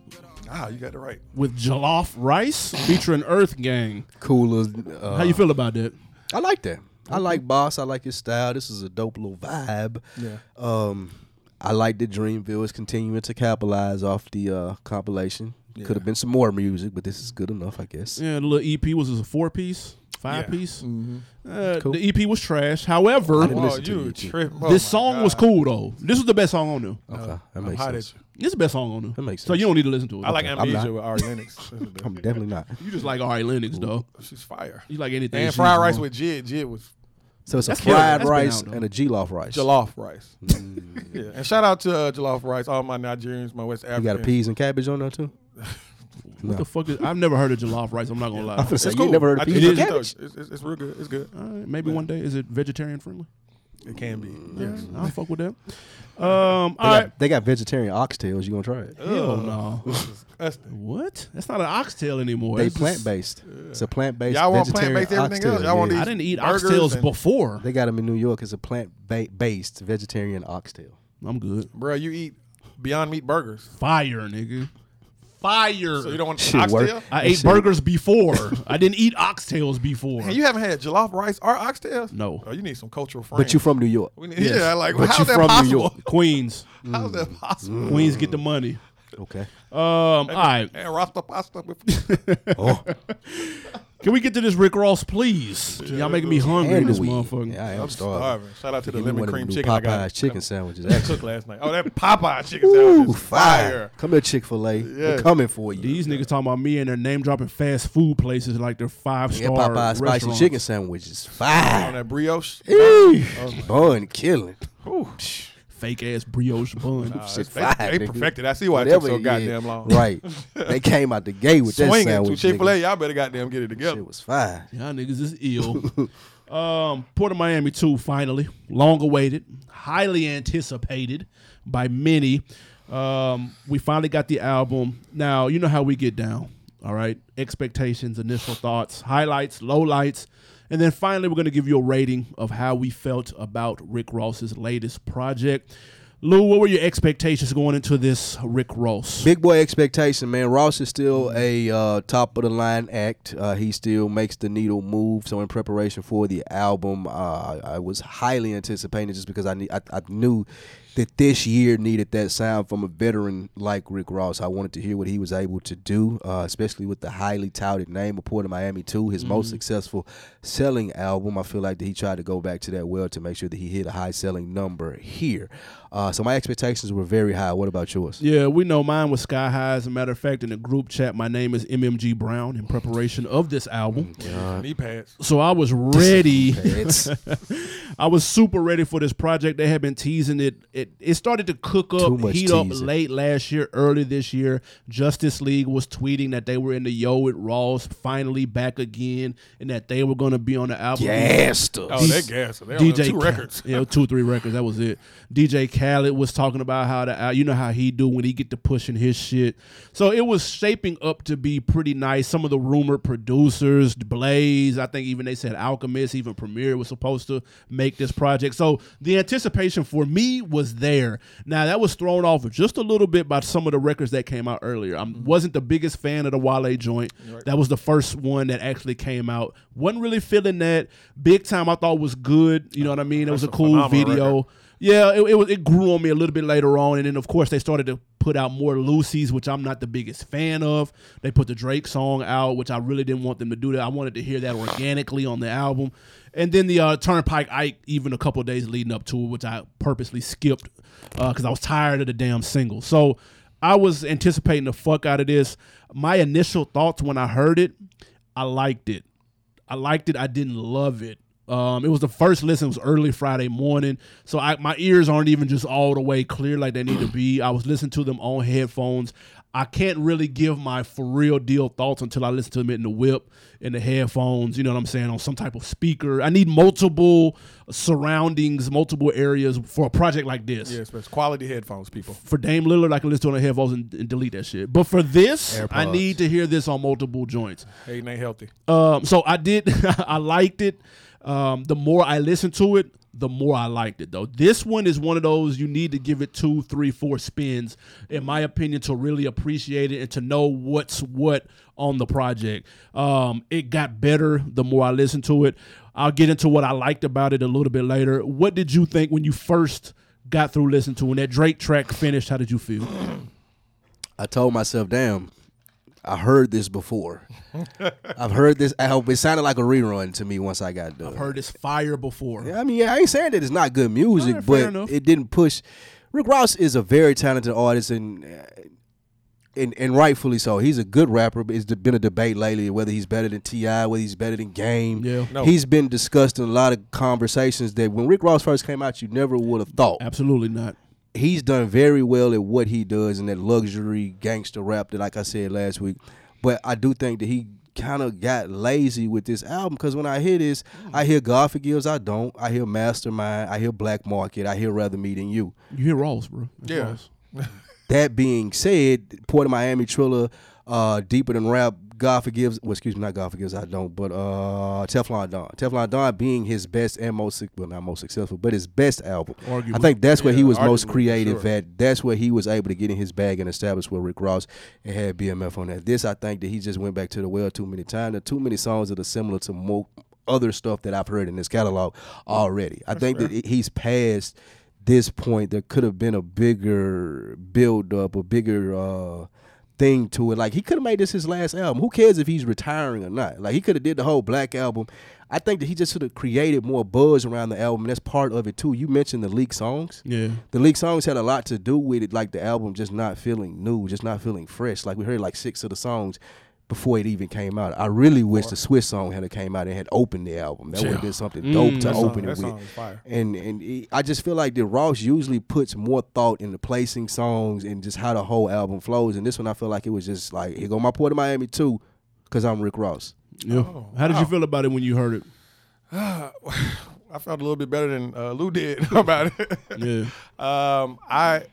Ah, you got it right.
with Jollof Rice featuring Earth Gang.
Cool as uh,
How you feel about that?
I like that. I like Boss. I like his style. This is a dope little vibe.
Yeah.
Um, I like that Dreamville is continuing to capitalize off the uh, compilation. Could have been some more music, but this is good enough, I guess.
Yeah, the little EP was this a four piece, five
Yeah.
piece.
Mm-hmm.
Uh,
Mm. Cool.
The EP was trash. However,
didn't
Oh,
listen Oh to
you
it, you-
trip.
this song was cool though. This was the best song on there.
Okay, that
I'm
makes
hot
sense.
at you.
This is the best song on there.
That makes
So
sense.
you don't need to listen to it.
I like
I'm not.
Amnesia with Ari
[LAUGHS]
Lennox. This is the-
I'm definitely not.
You just like Ari Lennox though.
She's fire.
You like anything?
And
she's
fried rice
on.
with Jid. Jid was
So it's a
That's killer.
fried
That's been
rice
out, though.
and a jollof rice.
jollof rice. [LAUGHS] yeah. And shout out to uh, jollof rice. All my Nigerians, my West
Mm. You
Africans.
got a peas and cabbage on there
[LAUGHS]
too.
What the fuck is? I've never heard of Jollof Rice. I'm not gonna lie.
finna say,
It's
you
cool.
never heard
I
of
just-
peas and
it's-
cabbage?
It's, it's, it's real good. It's good.
All right, maybe one day. Is it vegetarian friendly?
It can be.
Mm.
Yes.
I'll fuck with [LAUGHS] that. Um, all
They
right.
got, they got vegetarian oxtails. You gonna try it?
Hell no.
Disgusting.
Uh, What? That's not an oxtail anymore.
They
It's
plant
just-
based. It's a plant based.
Y'all want plant-based everything else? Y'all want
I
these-
didn't eat
Burgers
oxtails
and-
before.
They got them in New York. It's a plant ba- based vegetarian oxtail.
I'm good.
Bro, you eat Beyond Meat burgers.
Fire, nigga. Fire.
So you don't want
[LAUGHS] Shit,
oxtail?
work.
I
That
ate
shit-
burgers before. I didn't eat oxtails before.
Hey, you haven't had jollof rice or oxtails?
No.
Oh, you need some cultural friends.
But you from New York.
We need-
Yes.
Yeah, like
But
how's
you
that
from New
possible?
[LAUGHS]
York.
Queens.
How's that
Mm.
possible?
Queens get the money.
[LAUGHS]
Okay.
Um, all right.
And Rasta pasta with [LAUGHS]
Oh,
Can we get to this Rick Ross, please? Y'all making me hungry in
and
this
weed.
motherfucker.
Yeah, I am
I'm
starving.
starving. Shout out to the
Give me
lemon
one of
cream
them
chicken
Popeyes
I got. [LAUGHS]
chicken
that
sandwiches.
I
Actually,
cooked last night. Oh, that Popeye chicken sandwich
Ooh,
is
fire!
fire.
Come here, Chick Fil A. We're
Yeah.
coming for you.
These niggas talking about me and they're name dropping fast food places like they're five
Yeah,
star
Popeye spicy
restaurants.
chicken sandwiches.
On
Fire.
that brioche.
Eesh. Bun killing.
Fake ass brioche bun.
Shit,
Uh, They,
fire,
they
nigga.
perfected. it. I see why
Whatever
it took so
it
goddamn
is.
long.
Right. they came out the gate with that
Swinging to
sandwich.
Chick Fil A,
nigga.
y'all better goddamn get it together.
Shit was fire.
Y'all niggas is ill. um, Port of Miami 2, finally. Long awaited, highly anticipated by many. Um, we finally got the album. Now, you know how we get down, all right? Expectations, initial thoughts, highlights, lowlights. And then finally, we're going to give you a rating of how we felt about Rick Ross's latest project. Lou, what were your expectations going into this Rick Ross?
Big boy expectation, man. Ross is still a uh, top of the line act. Uh, he still makes the needle move. So in preparation for the album, uh, I- I was highly anticipating just because I, need, I I knew that this year needed that sound from a veteran like Rick Ross. I wanted to hear what he was able to do, uh, especially with the highly touted name of Port of Miami 2, his most successful selling album. I feel like that he tried to go back to that well to make sure that he hit a high selling number here. Uh, so my expectations were very high. What about yours?
Yeah, we know mine was sky high. As a matter of fact, in the group chat, my name is MMG Brown in preparation of this album.
Mm,
Knee pads.
So I was ready.
It's
I was super ready for this project. They had been teasing it. It it started to cook up,
Too much
heat up
teasing.
late last year, early this year. Justice League was tweeting that they were in the Yo with Ross finally back again, and that they were going to be on the album.
gassed us.
Oh, they gas. They only have two
Kha-
records.
yeah, two or three records. That was it. DJ Khaled was talking about how the you know how he do when he get to pushing his shit. So it was shaping up to be pretty nice. Some of the rumored producers, Blaze, I think even they said Alchemist, even Premier was supposed to make this project. So the anticipation for me was there. Now that was thrown off just a little bit by some of the records that came out earlier. I
Mm-hmm.
wasn't the biggest fan of the Wale joint. That was the first one that actually came out. Wasn't really feeling that. Big Time I thought was good. You know what I mean? It was a
That's a
cool
phenomenal
video.
record.
Yeah, it, it was. It grew on me a little bit later on, and then of course they started to put out more Lucy's, which I'm not the biggest fan of. They put the Drake song out, which I really didn't want them to do that. I wanted to hear that organically on the album, and then the uh, Turnpike Ike, even a couple of days leading up to it, which I purposely skipped because I was tired of the damn single. So I was anticipating the fuck out of this. My initial thoughts when I heard it, I liked it. I liked it. I didn't love it. Um, it was the first listen. It was early Friday morning, so I, my ears aren't even just all the way clear like they need to be. I was listening to them on headphones. I can't really give my for real deal thoughts until I listen to them in the whip, in the headphones, you know what I'm saying, on some type of speaker. I need multiple surroundings, multiple areas for a project like this.
Yes, but it's quality headphones, people.
For Dame Lillard, I can listen to it on headphones and, and delete that shit. But for this, I
AirPods.
need to hear this on multiple joints.
Hayden ain't healthy.
Um, so I did. [LAUGHS] I liked it. Um, the more I listened to it, the more I liked it. Though this one is one of those you need to give it two, three, four spins, in my opinion, to really appreciate it and to know what's what on the project. Um, it got better the more I listened to it. I'll get into what I liked about it a little bit later. What did you think when you first got through listening to it? when that Drake track finished? How did you feel?
I told myself, damn, I heard this
[LAUGHS]
before. I've heard this album. It sounded like a rerun to me once I got done.
Heard this fire before.
I mean, I ain't saying that it's not good music,
Alright, fair
but
enough.
it didn't push. Rick Ross is a very talented artist, and uh, and and rightfully so. He's a good rapper. But it's been a debate lately whether he's better than Ti, whether he's better than Game.
Yeah.
No.
he's been discussed in a lot of conversations that when Rick Ross first came out, you never would have thought
Absolutely not.
he's done very well at what he does in that luxury gangster rap that, like I said last week. But I do think that he kind of got lazy with this album because when I hear this, I hear God Forgives, I don't. I hear Mastermind, I hear Black Market, I hear Rather Me Than You.
You hear Rawls, bro. That's
Yeah.
Rawls.
That being said, Port of Miami Triller, uh, Deeper Than Rap, God Forgives, well, excuse me, not God Forgives, I don't, but uh, Teflon Don. Teflon Don being his best and most, suc- well, not most successful, but his best album. I
Arguably.
think that's where he
Yeah,
was most
arguably,
creative
sure.
at. That's where he was able to get in his bag and establish with Rick Ross and had BMF on that. This, I think that he just went back to the well too many times. There are too many songs that are similar to mo- other stuff that I've heard in this catalog already. I think that that he's past this point. There could have been a bigger build up, a bigger. uh thing to it like he could have made this his last album who cares if he's retiring or not like he could have did the whole black album i think that he just should have created more buzz around the album and that's part of it too you mentioned the leaked songs
Yeah.
the leaked songs had a lot to do with it, like the album just not feeling new, just not feeling fresh. Like we heard like six of the songs before it even came out. I really wish the Swiss song had came out and had opened the album. That would have been something dope to
Mm, that song-
open
that
it
song
with.
is fire.
And and it- I just feel like the Ross usually puts more thought into placing songs and just how the whole album flows. And this one, I feel like it was just like here go my port of Miami too, because I'm Rick Ross.
Yeah. How did you feel about it when you heard it?
I felt a little bit better than uh, Lou did [LAUGHS] about it.
Yeah.
Um, I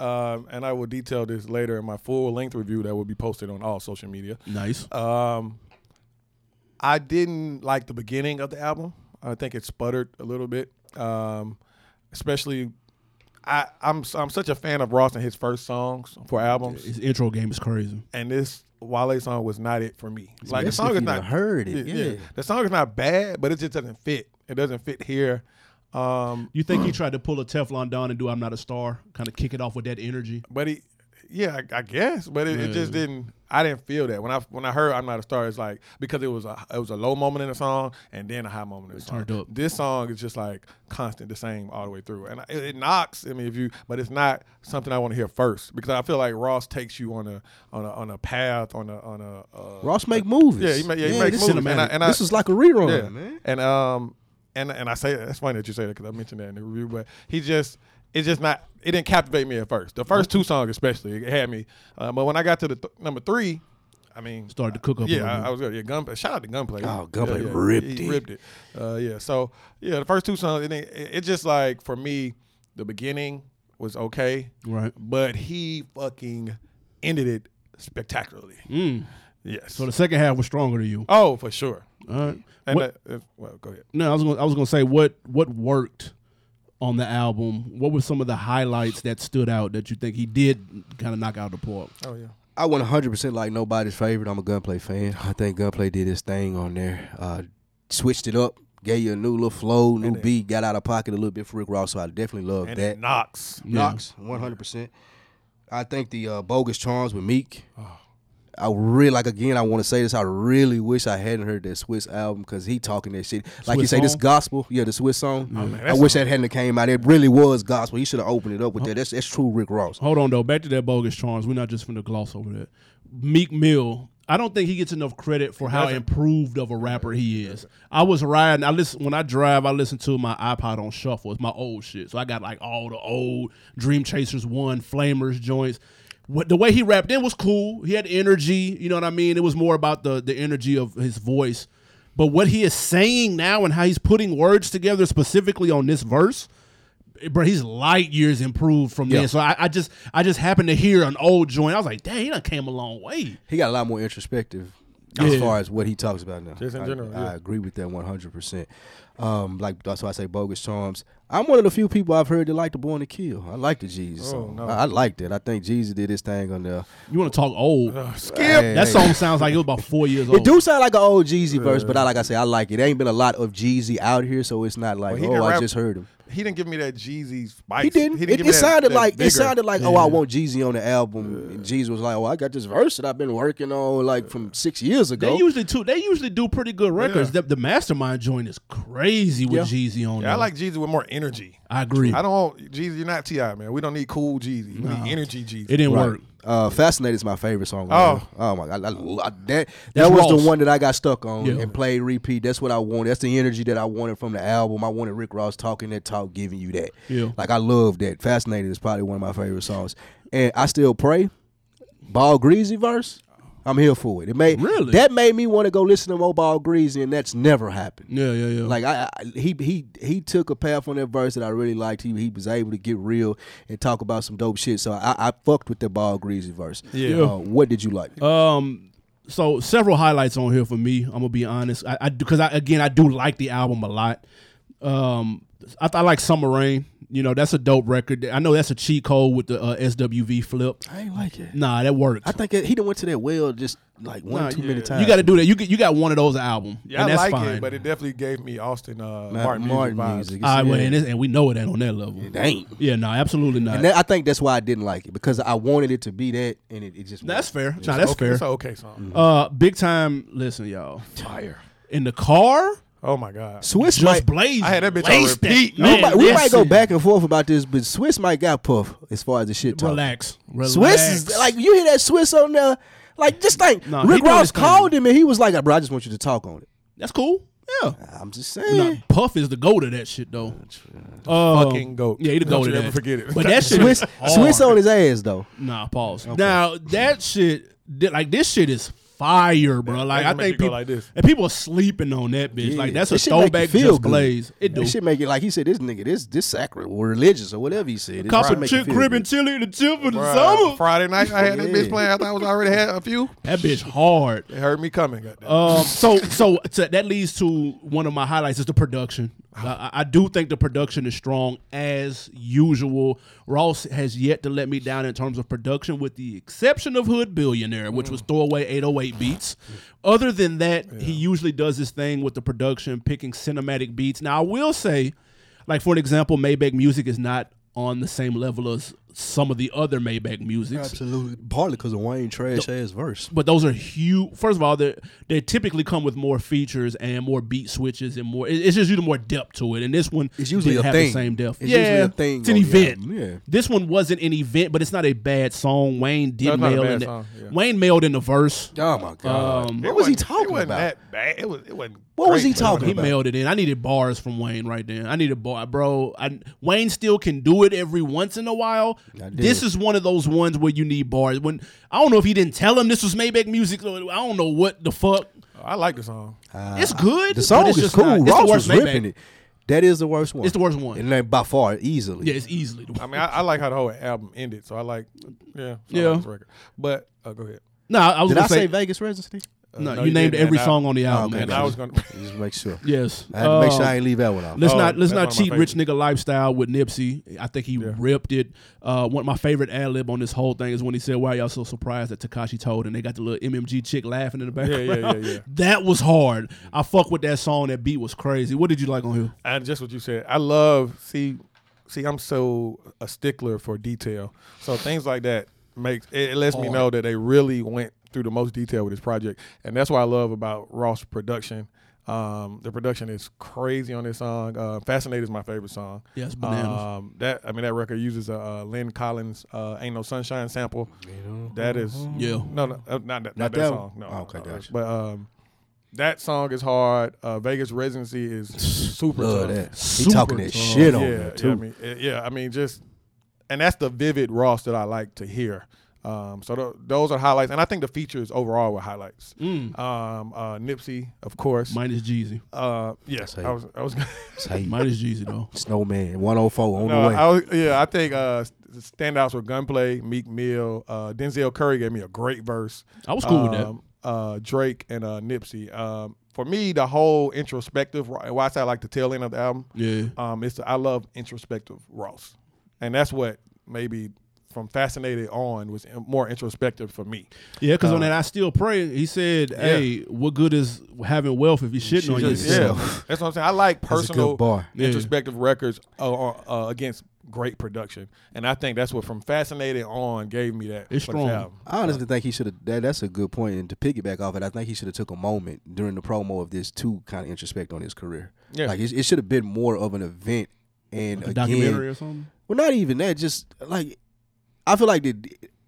um, and I will detail this later in my full length review that will be posted on all social media.
[LAUGHS] Nice.
Um, I didn't like the beginning of the album. I think it sputtered a little bit, um, especially. I, I'm I'm such a fan of Ross and his first songs for albums,
His intro game is crazy.
and this Wale song was not it for me. Like the
Especially
song
if
is
you
not
done heard it, yeah.
the song is not bad, but it just doesn't fit. It doesn't fit here. Um,
You think [CLEARS THROAT] he tried to pull a Teflon Don and do "I'm Not a Star"? Kind of kick it off with that energy.
But he, yeah, I, I guess. But it, it
Mm.
just
Yeah.
didn't. I didn't feel that when I when I heard "I'm Not a Star." It's like because it was a it was a low moment in the song and then a high moment in the song.
turned up.
This song is just like constant, the same all the way through, and it, it knocks. I mean, if you, but it's not something I want to hear first because I feel like Ross takes you on a on a on a path on a on a. Uh,
Ross make movies.
Yeah, he ma- yeah, he make
this-
movies. And I- and I-
this is like a rerun,
yeah.
man.
And um, and and I say that's funny that you say that because I mentioned that in the review. But he just it's just not it didn't captivate me at first. The first two songs especially it had me. Uh, but when I got to the th- number three, I mean
Started to cook up. a
Yeah,
little
I,
bit.
I was good. Yeah, Gunplay. Shout out to Gunplay.
Oh, Gunplay
Yeah, yeah,
ripped
he, he
it.
Ripped it. Uh, yeah. So yeah, the first two songs it, ain't- it, it just like for me the beginning was okay.
Right.
But he fucking ended it spectacularly. Yes.
Mm. so the second half was stronger to you.
oh, for sure.
All right.
And
What-
that- if- well, go ahead.
no, I was gonna, I was gonna say what what worked on the album. What were some of the highlights that stood out that you think he did kind of knock out of the park?
Oh yeah.
I want 100% like nobody's favorite. I'm a Gunplay fan. I think Gunplay did his thing on there. Uh, switched it up, gave you a new little flow, new beat, got out of pocket a little bit for Rick Ross, so I definitely love
And
that.
it knocks.
Knox, 100%. I think the uh, Bogus Charms with Meek.
Oh.
I really like again. I want to say this. I really wish I hadn't heard that Swiss album because he talking that shit. Like you
Swiss
say, this
song?
gospel. Yeah, the Swiss song.
man,
I
that
wish
song-
that hadn't have came out. It really was gospel. He should have opened it up with that. That's that's true Rick Ross.
Hold on though. Back to that bogus charms. We're not just finna gloss over that. Meek Mill. I don't think he gets enough credit for how improved of a rapper he is. I was riding. I listen when I drive. I listen to my iPod on shuffle. It's my old shit. So I got like all the old Dream Chasers one, Flamers joints. what, the way he rapped in was cool. He had energy. You know what I mean? It was more about the the energy of his voice. But what he is saying now and how he's putting words together specifically on this verse, bro, he's light years improved from
Yeah.
then. So I, I just I just happened to hear an old joint. I was like, dang, he done came a long way.
He got a lot more introspective as
Yeah.
far as what he talks about now.
Just in
I,
general,
I
yeah.
agree with that one hundred percent. Um, like that's why I say bogus charms. I'm one of the few people I've heard that like the Born to Kill. I like the Jeezy song.
Oh, no.
I, I liked it. I think Jeezy did his thing on the.
You want to talk old?
Skip.
Hey,
that
hey.
song sounds like it was about four years old.
It do sound like an old Jeezy verse, but I like I say I like it. Ain't been a lot of Jeezy out here, so it's not like
Well, he
oh
didn't
I
rap-
just heard him.
He didn't give me that Jeezy spice.
He didn't. it
give
it
me that-
sounded
that
like
vigor.
it sounded like oh I want Jeezy on the album. And Jeezy was like oh I got this verse that I've been working on like from six years ago.
They usually too. They usually do pretty good records. The, the Mastermind joint is crazy with Jeezy on.
Yeah, I
there.
like Jeezy with more energy.
I agree.
I don't want Jeezy. You're not Ti, man. We don't need cool Jeezy. We need energy Jeezy.
it didn't
Right.
work.
Uh, Fascinated is my favorite song.
Oh.
oh my god, I, I, I- that
That's
that was
Ross.
the one that I got stuck on
Yeah.
and played repeat. That's what I wanted. That's the energy that I wanted from the album. I wanted Rick Ross talking that talk, giving you that.
Yeah.
like I love that. Fascinated is probably one of my favorite songs, and I still pray. Ball Greasy verse, I'm here for it. It made
Really?
that made me want to go listen to Mo Ball Greasy, and that's never happened.
Yeah, yeah, yeah.
Like I, I he he he took a path on that verse that I really liked. He he was able to get real and talk about some dope shit. So I, I fucked with the ball greasy verse.
Yeah.
Uh, what did you like?
Um, so several highlights on here for me. I'm gonna be honest. I, I because I again I do like the album a lot. Um, I, I like Summer Rain. You know that's a dope record. I know that's a cheat code with the uh, SWV flip.
I ain't like it.
Nah, that worked.
I think it, he done went to that well just like one
Nah,
too
yeah.
many times.
You got to do that. You get, you got one of those an album.
Yeah,
and
I
that's
like
fine.
it, but it definitely gave me Austin uh,
Ma-
Martin, music vibes.
All right,
Yeah.
well, and, it's- and we know it ain't on that level.
It ain't.
Yeah, no, absolutely not.
And that, I think that's why I didn't like it because I wanted it to be that, and it, it just
that's
wasn't.
fair. Nah, that's
okay,
fair.
It's an okay
Mm.
song.
Uh, big time. Listen, y'all.
Fire.
In the car,
Oh my god.
Swiss
just
might.
blaze.
I had that bitch on
Blaze that.
repeat.
we
Man,
might, we might go
listen.
back and forth about this, but Swiss might got puff as far as the shit talk.
Relax. Relax.
Swiss is like you hear that Swiss on there, like just think
Nah, he
Rick
doing his
Ross
thing.
called him and he was like, "Bro, I just want you to talk on it."
that's cool. Yeah.
I'm just
Nah,
saying,
Puff is the goat of that shit though. Uh,
fucking goat.
Yeah, he the
Don't
goat of
you
that.
ever forget it.
But that shit
Swiss,
is [LAUGHS] hard.
Swiss on his ass though.
Nah, pause. Now that shit, th- like this shit is fire, bro. Like
that
I
can make
think
you go
people
like this.
and people are sleeping on that bitch. Like that's a
It should make you
throwback
feel
just
good.
blaze. It do.
It should make it like he said, "This nigga, this this sacred or religious or whatever he said." It should
Copper
make you
chick
feel
cribbing
good.
chili in the tip for the
Bruh,
summer.
Friday night, I had that
Yeah.
bitch playing. I thought I was already had a few.
That bitch hard.
They heard me coming. goddamn.
Uh,
Um, so so to, that leads to one of my highlights is the production. I, I do think the production is strong as usual. Ross has yet to let me down in terms of production, with the exception of Hood Billionaire, which was throwaway 808 beats. Other than that, he usually does this thing with the production, picking cinematic beats. Now I will say, like for an example, Maybach Music is not on the same level as some of the other Maybach musics
Absolutely, partly because of Wayne trash ass verse.
but those are huge. First of all, they they typically come with more features and more beat switches and more. it- It's just usually more depth to it. And this one,
It's usually
didn't
a
have
thing.
The same depth.
It's
yeah,
usually a thing
It's an
on the
event.
album, yeah.
This one wasn't an event, but it's not a bad song. Wayne
No,
did
it's not a
mail
bad
in. the-
song, yeah.
Wayne mailed in the verse.
Oh my god,
Um,
what was he
wasn't-
talking
it wasn't
about?
That bad. It was. It wasn't.
What was
great,
he
but it wasn't
talking
He
about?
mailed it in. I needed bars from Wayne right there. I needed bar, bro. I, Wayne still can do it every once in a while.
I did.
This is one of those ones where you need bars. When I don't know if he didn't tell him this was Maybach music. or- I don't know what the fuck.
I like the song.
It's good.
Uh, The song
but it's
is
just
cool.
Not, it's
Ross
the
was
worst Maybach.
ripping it. That is the worst one.
It's the worst one.
and that by far easily.
Yeah, it's easily. The
I mean, I, I like how the whole album ended. So I like. Yeah. so I
Yeah.
like this record. But uh, go ahead. Uh,
no, I was
Did I
gonna
say
say,
Vegas residency?
no.
no,
you
you
named
didn't,
every
and I-
song on the album.
okay,
And
actually.
I was gonna. [LAUGHS]
Just make sure.
yes.
I had to make
Um,
sure I ain't leave that one out.
Let's
Oh,
not let's
that's
not
one of my
cheat rich nigga lifestyle with Nipsey. I think he ripped it. Uh, one of my favorite ad lib on this whole thing is when he said, "Why y'all so surprised that Takashi told?" And they got the little MMG chick laughing in the
yeah,
background.
yeah, yeah.
[LAUGHS] That was hard. I fuck with that song. That beat was crazy. What did you like on here?
And just what you said, I love see, see, I'm so a stickler for detail. So things like that makes it, it lets me know that they really went through the most detail with this project, and that's what I love about Ross production. Um, the production is crazy on this song. Uh, Fascinated is my favorite song.
Yeah, it's bananas.
Um, that I mean, that record uses a uh, Lynn Collins uh, "Ain't No Sunshine" sample. That is
Yeah.
No, no, uh, not that, not
Not
that,
that
song.
one? Oh,
No,
Okay,
no, no.
gotcha.
But um, that song is hard. Uh, Vegas Residency is super
Love
tough.
that.
Super
he talking that
tall.
shit on
yeah,
there
Yeah, I
too.
mean, eh, yeah, I mean, just and that's the vivid Ross that I like to hear. Um, so tho- those are highlights, and I think the features overall were highlights.
Mm.
Um, uh, Nipsey, of course.
Minus Jeezy.
uh, yes,
Say
I was. I was. [LAUGHS]
Minus Jeezy though.
Snowman 104 on
no,
the way.
I was. Yeah, I think uh, s- standouts were Gunplay, Meek Mill, uh, Denzel Curry gave me a great verse.
I was cool with that.
um, Uh, Drake and uh, Nipsey. Um, for me, the whole introspective, why why I say I like the tail end of the album.
Yeah.
Um, it's I love introspective Ross, and that's what maybe from Fascinated on was more introspective for me.
Yeah, because on that I still pray. He said, "Hey, what good is having wealth if you shitting on
shitting on
yourself?"
yourself.
that's what I'm saying. I like
a good
personal,
bar.
Yeah.
introspective records uh, uh, uh, against great production, and I think that's what from Fascinated on gave me that.
It's
for this
strong.
album.
I honestly think he should have. That, that's a good point, and to piggyback off it, I think he should have took a moment during the promo of this to kind of introspect on his career.
Yeah.
like it, it should have been more of an event and
A
again,
documentary or something.
Well, not even that. Just like I feel like that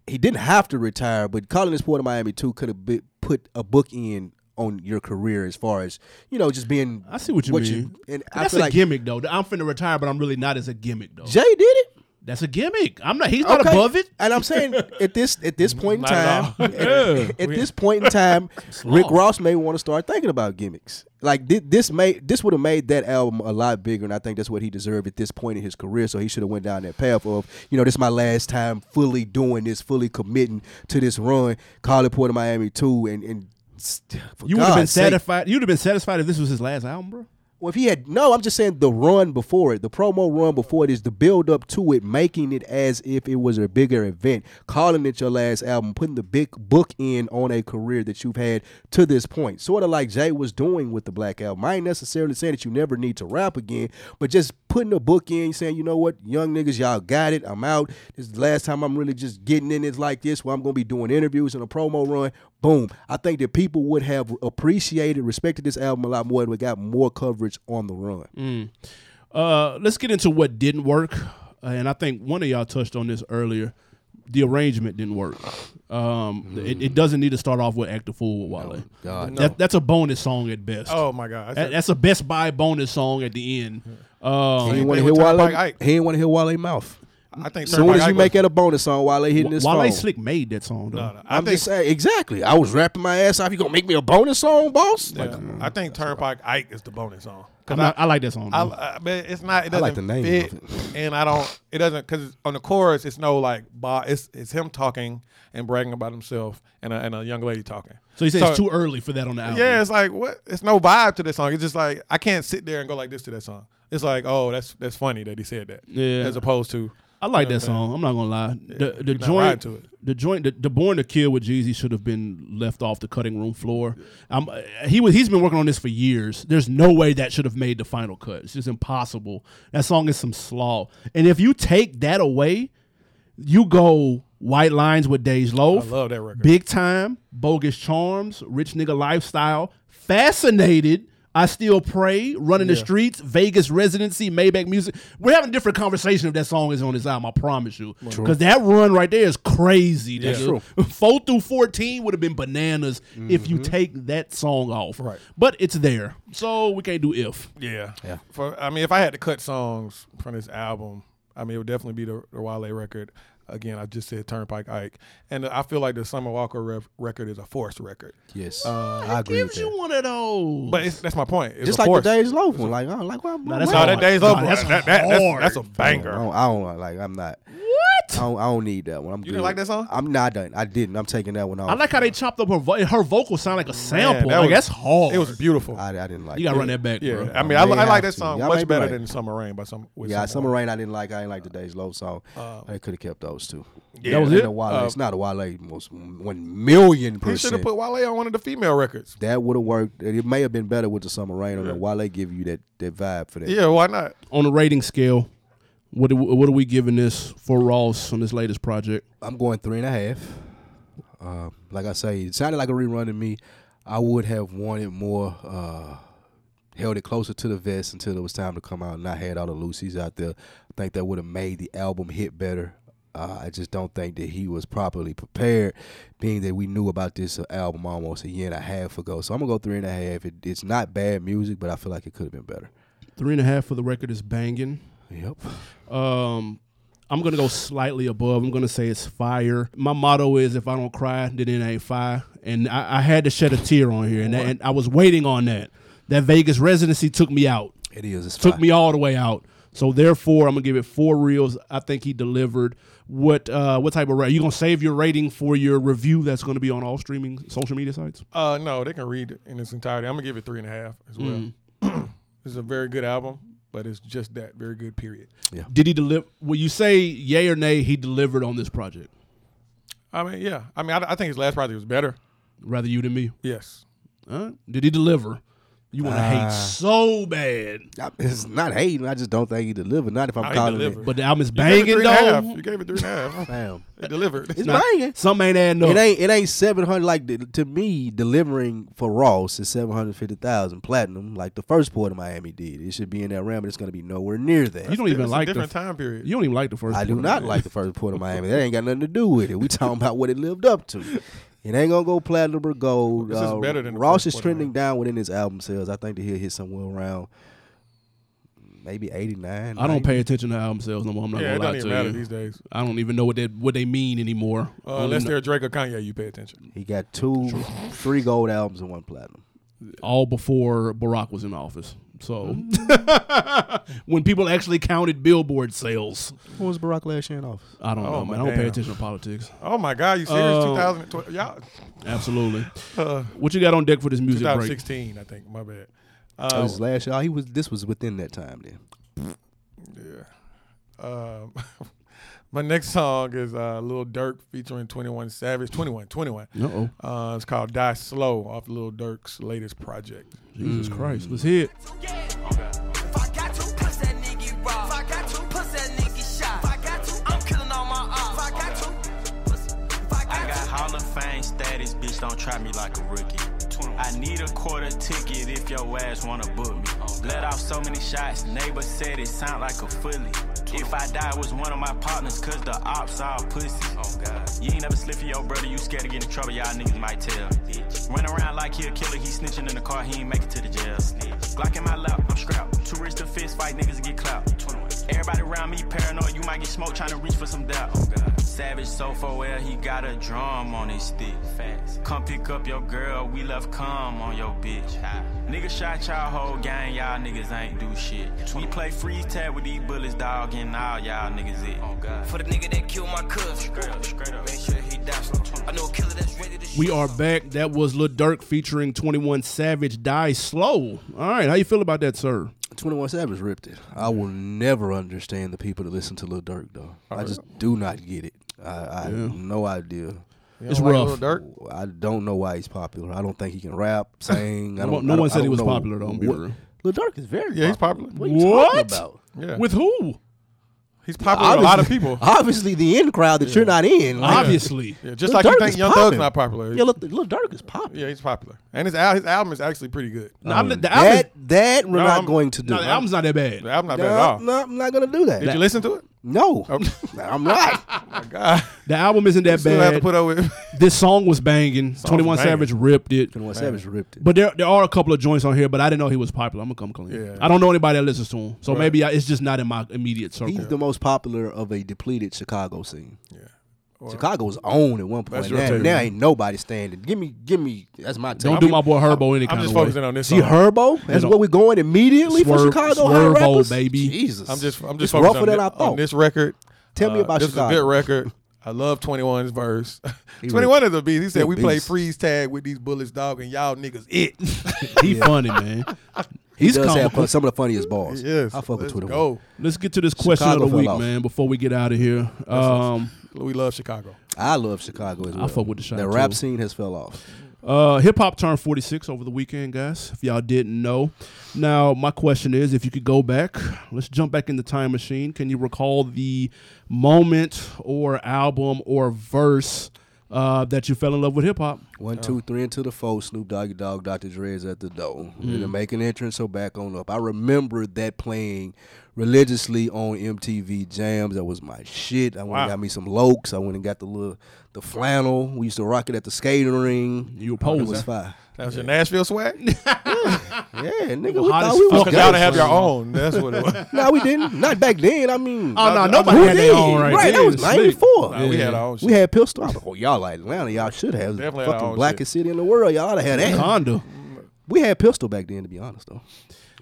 he didn't have to retire, but calling this Port of Miami too could have been- put a book in on your career as far as you know, just being.
I see what you mean.
and I
That's
feel
a
like
gimmick though. I'm finna retire, but I'm really not as a gimmick though.
Jay did it.
That's a gimmick. I'm not. He's not
Okay.
above it.
And I'm saying at this at this point in
Not at
time,
all. [LAUGHS]
at, at this point in time, Rick Ross may want to start thinking about gimmicks. Like thi- this may this would have made that album a lot bigger, and I think that's what he deserved at this point in his career. So he should have went down that path of you know this is my last time fully doing this, fully committing to this run. Call it Port of Miami two, and and s- for
You would have been
God's sake.
satisfied. You'd have been satisfied if this was his last album, bro.
Well, if he had no, I'm just saying the run before it, the promo run before it is the build up to it, making it as if it was a bigger event, calling it your last album, putting the big book in on a career that you've had to this point. Sort of like Jay was doing with the Black Album. I ain't necessarily saying that you never need to rap again, but just putting a book in, saying, you know what, young niggas, y'all got it. I'm out. This is the last time I'm really just getting in it like this, where I'm gonna be doing interviews and a promo run. Boom. I think that people would have appreciated, respected this album a lot more, and we got more coverage on the run.
Uh, let's get into what didn't work, Uh, and I think one of y'all touched on this earlier. The arrangement didn't work. Um, it, it doesn't need to start off with "Act a Fool" with Wale.
Hmm. God,
That, that's a bonus song at best.
Oh my god,
That- that's a Best Buy bonus song at the end. Um,
He
Same
didn't want to
thing
hear
with Turnpike
Wale.
Ike.
He didn't want to hear Wale mouth.
I think
Soon
Turnpike
as you
Ike
make it a bonus song, Wale hitting this
Wale
phone.
Slick made that song though.
was- no, no, I
I'm
think
just saying, exactly. I was rapping my ass off. You gonna make me a bonus song, boss?
Yeah, I think Turnpike Ike is the bonus song.
I'm
'Cause
not- I, like that song.
I,
though.
I but it's not. It
I
doesn't
like the name
fit,
of
and I don't. It doesn't because on the chorus, it's no like. Bah, it's it's him talking and bragging about himself, and a, and a young lady talking.
so you say it's too early for that on the album.
Yeah, it's like what? It's no vibe to this song. It's just like I can't sit there and go like this to that song. It's like oh, that's that's funny that he said that.
Yeah.
as opposed to
I like that song. I'm not gonna lie. The the
not lying
joint,
to it.
the joint, the, the Born to Kill with Jeezy should have been left off the cutting room floor. Um, uh, he was he's been working on this for years. There's no way that should have made the final cut. It's just impossible. That song is some slaw. And if you take that away, you go White Lines with Dej Loaf.
I love that record.
Big Time, Bogus Charms, Rich Nigga Lifestyle, Fascinated. I still pray, running the streets, Vegas residency, Maybach music. We're having a different conversation if that song is on this album. I promise you, because that run right there is crazy. nigga. Four through fourteen would have been bananas if you take that song off.
Mm-hmm. Right.
but it's there, so we can't do if.
yeah, yeah. For I mean, if I had to cut songs from this album, I mean it would definitely be the, the Wale record. Again, I just said Turnpike Ike, and I feel like the Summer Walker rev- record is a forced record.
Yes, Uh, I agree with
Gives
that.
you one of those.
But it's, that's my point. It's
Just
a
like
forced.
the Days Loaf one. Like, I like, why? why-
that's
why-
No,
Oh
that
my
day's
God,
over.
that's
That, that, that's,
hard.
that's a
I
banger.
don't, I don't like. I'm not.
what?
I don't, I don't need that one. I'm you
didn't like that song?
I'm not done. I didn't. I'm taking that one off.
I like how they chopped up her vo- her vocals sound like a sample.
that
like
was-
that's hard.
It was beautiful.
I, I didn't like.
You gotta
it.
run that back,
yeah,
bro.
I mean, I,
may
I like
have
that
to.
song
Y'all may
much
be
better
right.
than Summer Rain by some. with
Yeah,
Summer
Summer Rain. I didn't like. I didn't like the Days Loaf song. I could have kept those two.
Yeah.
That was
And
it?
the Wale.
Uh,
it's not a Wale. Most one million
He should have
percent.
put Wale on one of the female records.
that would have worked. It may have been better with the Summer Rain. on the Wale give you that that vibe for that.
Yeah, why not?
on a rating scale, what do, what are we giving this for Ross on this latest project?
I'm going three and a half. Uh, like I say, it sounded like a rerun to me. I would have wanted more, uh, held it closer to the vest until it was time to come out, and I had all the Lucy's out there. I think that would have made the album hit better. Uh, I just don't think that he was properly prepared, being that we knew about this uh, album almost a year and a half ago. So I'm gonna go three and a half. It, it's not bad music, but I feel like it could have been better.
Three and a half for the record is banging.
Yep.
Um, I'm gonna go slightly above. I'm gonna say it's fire. My motto is if I don't cry, then it ain't fire. And I, I had to shed a tear on here, and, that, and I was waiting on that. That Vegas residency took me out.
It is. It's
took
fire.
me all the way out. So therefore, I'm gonna give it four reels. I think he delivered. What uh, what type of rate? You gonna save your rating for your review that's gonna be on all streaming social media sites?
Uh, no, they can read it in its entirety. I'm gonna give it three and a half as well. [CLEARS THROAT] it's a very good album, but it's just that very good. Period.
Did he deliver? Will you say yay or nay? He delivered on this project,
I mean, yeah. I mean, I, I think his last project was better.
rather you than me.
Yes.
Huh? Did he deliver? You want to hate so bad,
I- [LAUGHS] It's not hating. I just don't think he delivered. Not if I'm
he
calling
delivered.
it.
but the album's
You gave it
banging
three and a half. You
though.
gave it three and a
[LAUGHS]
half.
Damn.
it delivered. [LAUGHS]
It's banging.
Some ain't adding up.
It ain't. It ain't seven hundred. Like the, to me, delivering for Ross is seven hundred fifty thousand platinum. Like the first Port of Miami did. It should be in that realm, but it's going to be nowhere near that.
you don't even
It's
like the
a different time period.
You don't even like the first.
I do
one.
not like the first Port of Miami. That ain't got nothing to do with it. We talking about what it lived up to. It ain't gonna go platinum or gold. Uh,
This is better than the
Ross
first
is
Port of Miami.
trending down within his album sales. I think that he'll hit somewhere around maybe eighty nine.
I don't pay attention to album sales no more. I'm not
yeah, it
gonna
doesn't even
lie to
matter
you.
these days.
I don't even know what they what they mean anymore.
Uh, unless they're Drake or Kanye, you pay attention.
He got two, three gold albums and one platinum.
all before Barack was in office.
[LAUGHS]
So when people actually counted billboard sales,
What was Barack last year in office?
I don't know,
Oh my
man. I don't pay
damn.
attention to politics.
Oh my God, you
Uh,
serious?
Oh.
2012. Y'all,
Absolutely.
uh,
What you got on deck for this music break?
2016, I think. My bad.
That
Uh,
was last year. Oh, He was. This was within that time then.
Um, [LAUGHS] my next song is uh, Lil Durk featuring 21 Savage. 21, 21.
Uh oh.
Uh, it's called Die Slow off Lil Durk's latest project.
Jesus
Mm.
Christ. Let's hit.
If I got to, push that nigga raw. If I got to, push that nigga shot. If I got to, I'm killing all my odds. If I got to, pussy. if I
I
got
got
to.
Hall of Fame status, bitch, don't try me like a rookie. I need a quarter ticket if your ass wanna book me. Let off so many shots, neighbor said it sound like a fully. If I die, it was one of my partners, cause the ops all pussy. You ain't never slip for your brother, you scared to get in trouble, y'all niggas might tell. Run around like he a killer, he snitching in the car, he ain't make it to the jail. Glock in my lap, I'm scrapped. Too rich to fist fight, niggas get clout. Everybody around me paranoid, you might get smoked trying to reach for some doubt. Savage so far well, he got a drum on his stick. Facts. Come pick up your girl, we left cum on your bitch. Nigga shot y'all whole gang, y'all niggas ain't do shit. We play freeze tag with these bullets, dog, and all y'all niggas it. Oh god.
For the nigga that killed my cuz.
straight up.
Make sure he dies. I know a killer that's ready to shoot.
We are back. That was Lil Durk featuring 21 Savage Die Slow. All right. How you feel about that, sir?
Twenty One Savage ripped it. I will never understand the people that listen to Lil Durk though. I just do not get it. I, I have no idea.
You
It's
don't like
rough.
Lil Durk?
I don't know why he's popular. I don't think he can rap, sing. I
No
don't,
one- no
I don't-
one
I
said he
don't
was
know
popular, though, I'm being
what-
real.
Lil Durk is very.
Yeah, he's
popular.
popular.
What are you
What?
talking about?
Yeah.
With who?
He's popular with a lot of people.
[LAUGHS] Obviously, the in crowd that you're not in.
[LAUGHS]
Like,
Obviously.
Yeah, just
Lil
like you
Durk
think
is
Young
poppin'.
Thug's not popular.
Yeah, Lil, Lil Durk is popular.
yeah, he's popular. And his, al- his album is actually pretty good.
Now, I'm- the album is-
That that we're
No,
not
I'm-
going to do.
no, the album's not that bad.
The album not
no,
bad at all.
no, I'm not going to do that.
Did you listen to it?
No,
Okay.
[LAUGHS] I'm not.
My God. [LAUGHS]
The album isn't that
Still have to
bad.
put up with.
this song was banging. 21
banging.
Savage ripped it.
Twenty One Savage ripped it.
But there, there are a couple of joints on here, but I didn't know he was popular. I'm gonna come clean.
Yeah.
I don't know anybody that listens to him, so maybe I, it's just not in my immediate circle.
He's the most popular of a depleted Chicago scene.
yeah.
Chicago was owned at one point.
That's your
Now,
take,
now
man.
ain't nobody standing. Give me, give me. That's my take.
don't do my boy Herbo any
I'm
kind
just
of way.
focusing on this
See
song.
Herbo. That's
don't-
where we're going immediately for
Swerve-
Chicago.
Swervo,
high rappers?
baby.
Jesus.
I'm just I'm
It's
just
rougher
focusing on,
than
thi-
I
on
thought.
this record. Uh,
Tell me about
this
Chicago.
This is a good record. I love 21's verse. [LAUGHS]
He
21 is a beast. He said
a
we play
beast.
freeze tag with these bullets, dog, and y'all niggas it.
[LAUGHS] He funny man.
He
He's
does have
comical.
fun- some of the funniest bars.
yes.
I fuck with
let's
Twitter.
Go.
Let's get to this question
Chicago
of the
fell
week,
off.
man. Before we get out of here, um,
We love Chicago.
I love Chicago as well.
fuck with the shot,
The rap
too.
scene has fell off.
uh, hip hop turned 46 over the weekend, guys. If y'all didn't know, now my question is, if you could go back, let's jump back in the time machine. Can you recall the moment or album or verse uh, that you fell in love with hip hop?
One,
Oh.
two, three, and to the four. Snoop Doggy Dog, Dr. Dre's at the door.
Hmm.
And to make an entrance, so back on up. I remember that playing religiously on MTV Jams. That was my shit. I went and got me some Lokes. I went and got the little the flannel. We used to rock it at the skating ring.
You were
It was
posing.
fire.
That's your
[LAUGHS]
Nashville swag?
Yeah, nigga, we
hot
thought
as fuck.
we was
Oh,
Okay.
cause y'all
guys.
to have your own. That's what it was.
[LAUGHS] No, we didn't. Not back then. I mean,
Oh no,
I-
nobody
who
had their
did?
own right.
Right,
there.
that was
Slick.
'94.
Nah, we had our own shit.
We had pistol. I'm like, oh, y'all like Atlanta. Y'all should have.
Definitely had our
fucking
own
blackest city in the world. Y'all oughta had that.
Honda.
We had pistol back then, to be honest, though.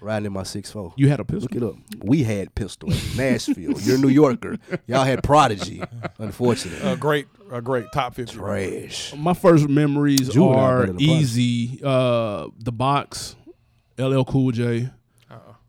Riding in my 6'4.
You had a pistol.
Look it up. We had pistol. in Nashville. You're a New Yorker. Y'all had Prodigy, unfortunately.
a great, a great top fifty.
Trash.
My first memories
Juvenile
are
better than Blunt.
Easy, uh, The Box, LL Cool J,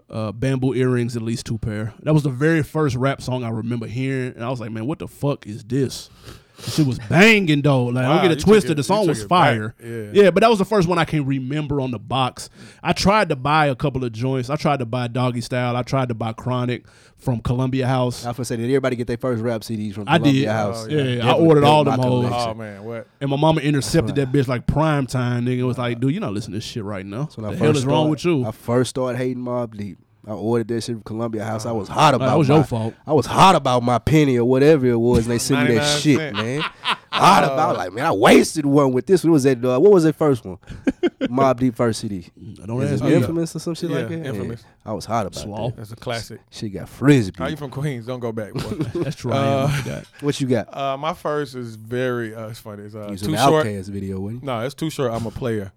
uh, Bamboo Earrings, at least two pair. That was the very first rap song I remember hearing, and I was like, man, what the fuck is this? This shit was banging though. Like
Wow,
I don't get
you
it
took
twisted.
it-
the song
you
was
took it back.
fire.
Yeah.
yeah, but that was the first one I can remember on the box. I tried to buy a couple of joints. I tried to buy Doggy Style. I tried to buy Chronic from Columbia House.
I was gonna say, did everybody get their first rap CDs from
I did.
Columbia House?
Oh, yeah. Yeah, I
Definitely
ordered all
built my
them hoes.
collection.
Oh man, what?
And my mama intercepted that bitch like prime time, nigga. Was like, dude, you not listening to this shit right now. What
When I
Oh, the hell
first
is wrong with
started-
you?
I first started hating Mob Deep. I ordered that shit from Columbia House. I was hot about
Oh. that was
my-
your fault.
I was hot about my penny or whatever it was, and they sent me that
99
shit,
cent.
man. Hot about like, man, I wasted one with this. What was that? Uh, what was that
[LAUGHS]
first one? Mob Deep first CD.
don't
Is
ask
it
me.
infamous or some shit like
Yeah,
that? Yeah.
Infamous.
I was hot about
Slaw.
that.
That's a classic.
She got frisbee.
How you from Queens? Don't go back.
[LAUGHS]
boy.
Uh,
That's true. I am. I forgot.
what you got?
uh, my first is very. Uh, it's funny. It's uh,
It was an
too short. Uh,
Outcast video, wasn't you?
No, it's too short. I'm a player.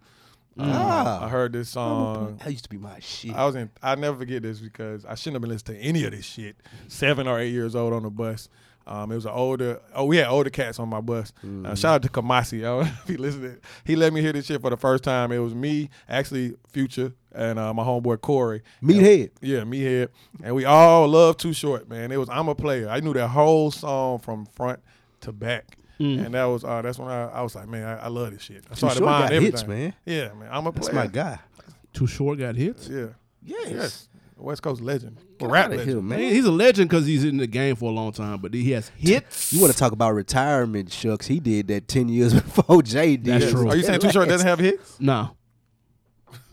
I
Ah,
heard this song.
that used to be my shit.
I was in. I never forget this because I shouldn't have been listening to any of this shit. Seven or eight years old on the bus. Um, it was an older. Oh, we had older cats on my bus.
Mm-hmm.
Uh, shout out to Kamasi. I don't know if [LAUGHS] he listened. He let me hear this shit for the first time. It was me, actually, Future, and uh, my homeboy Corey.
Meathead.
Yeah, Meathead. And we all love Too Short, man. It was I'm a player. I knew that whole song from front to back. And that was uh, that's when I, I was like, man, I, I love this shit. I started
Mm. Short
buying
got
everything.
hits, man.
Yeah, man. I'm a player.
That's my guy.
Too short got hits.
Yeah.
Yes.
Yes. West Coast legend.
Get
Rap
outta
legend.
here, man.
Man, he's a legend because he's in the game for a long time, but he has hits.
You want to talk about retirement, shucks? He did that ten years [LAUGHS] before Jay did.
That's true.
Are Oh, you saying Too Short doesn't have hits?
Nah,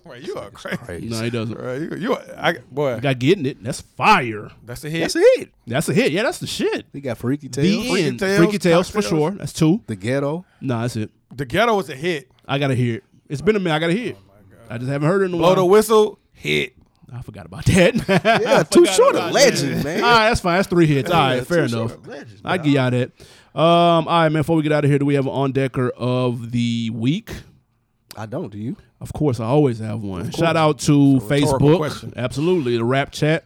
Right, you are crazy.
no, he doesn't.
Right, you, you are, I, boy,
Got getting it. That's fire.
that's a hit.
That's it.
That's a hit. Yeah, that's the shit.
We got Freaky Tail,
The
Freak-
end.
Tales,
Freaky Tales for
Cocktails.
sure. That's two.
the Ghetto.
Nah, that's it.
The ghetto was a hit.
I gotta hear it. It's been a minute. I gotta
Oh
hear it. I just haven't heard it in a
Blow the
while.
whistle, hit.
I forgot about that.
[LAUGHS] Yeah, Too Short a legend,
All
man.
right, that's fine. That's three hits. All right, fair enough. I give y'all that. Um, all right, man. Before we get out of here, do we have an on decker of the week?
I don't. Do you?
Of course, I always have one. Shout out to
rhetorical
Facebook.
question.
Absolutely, the rap
[LAUGHS]
chat.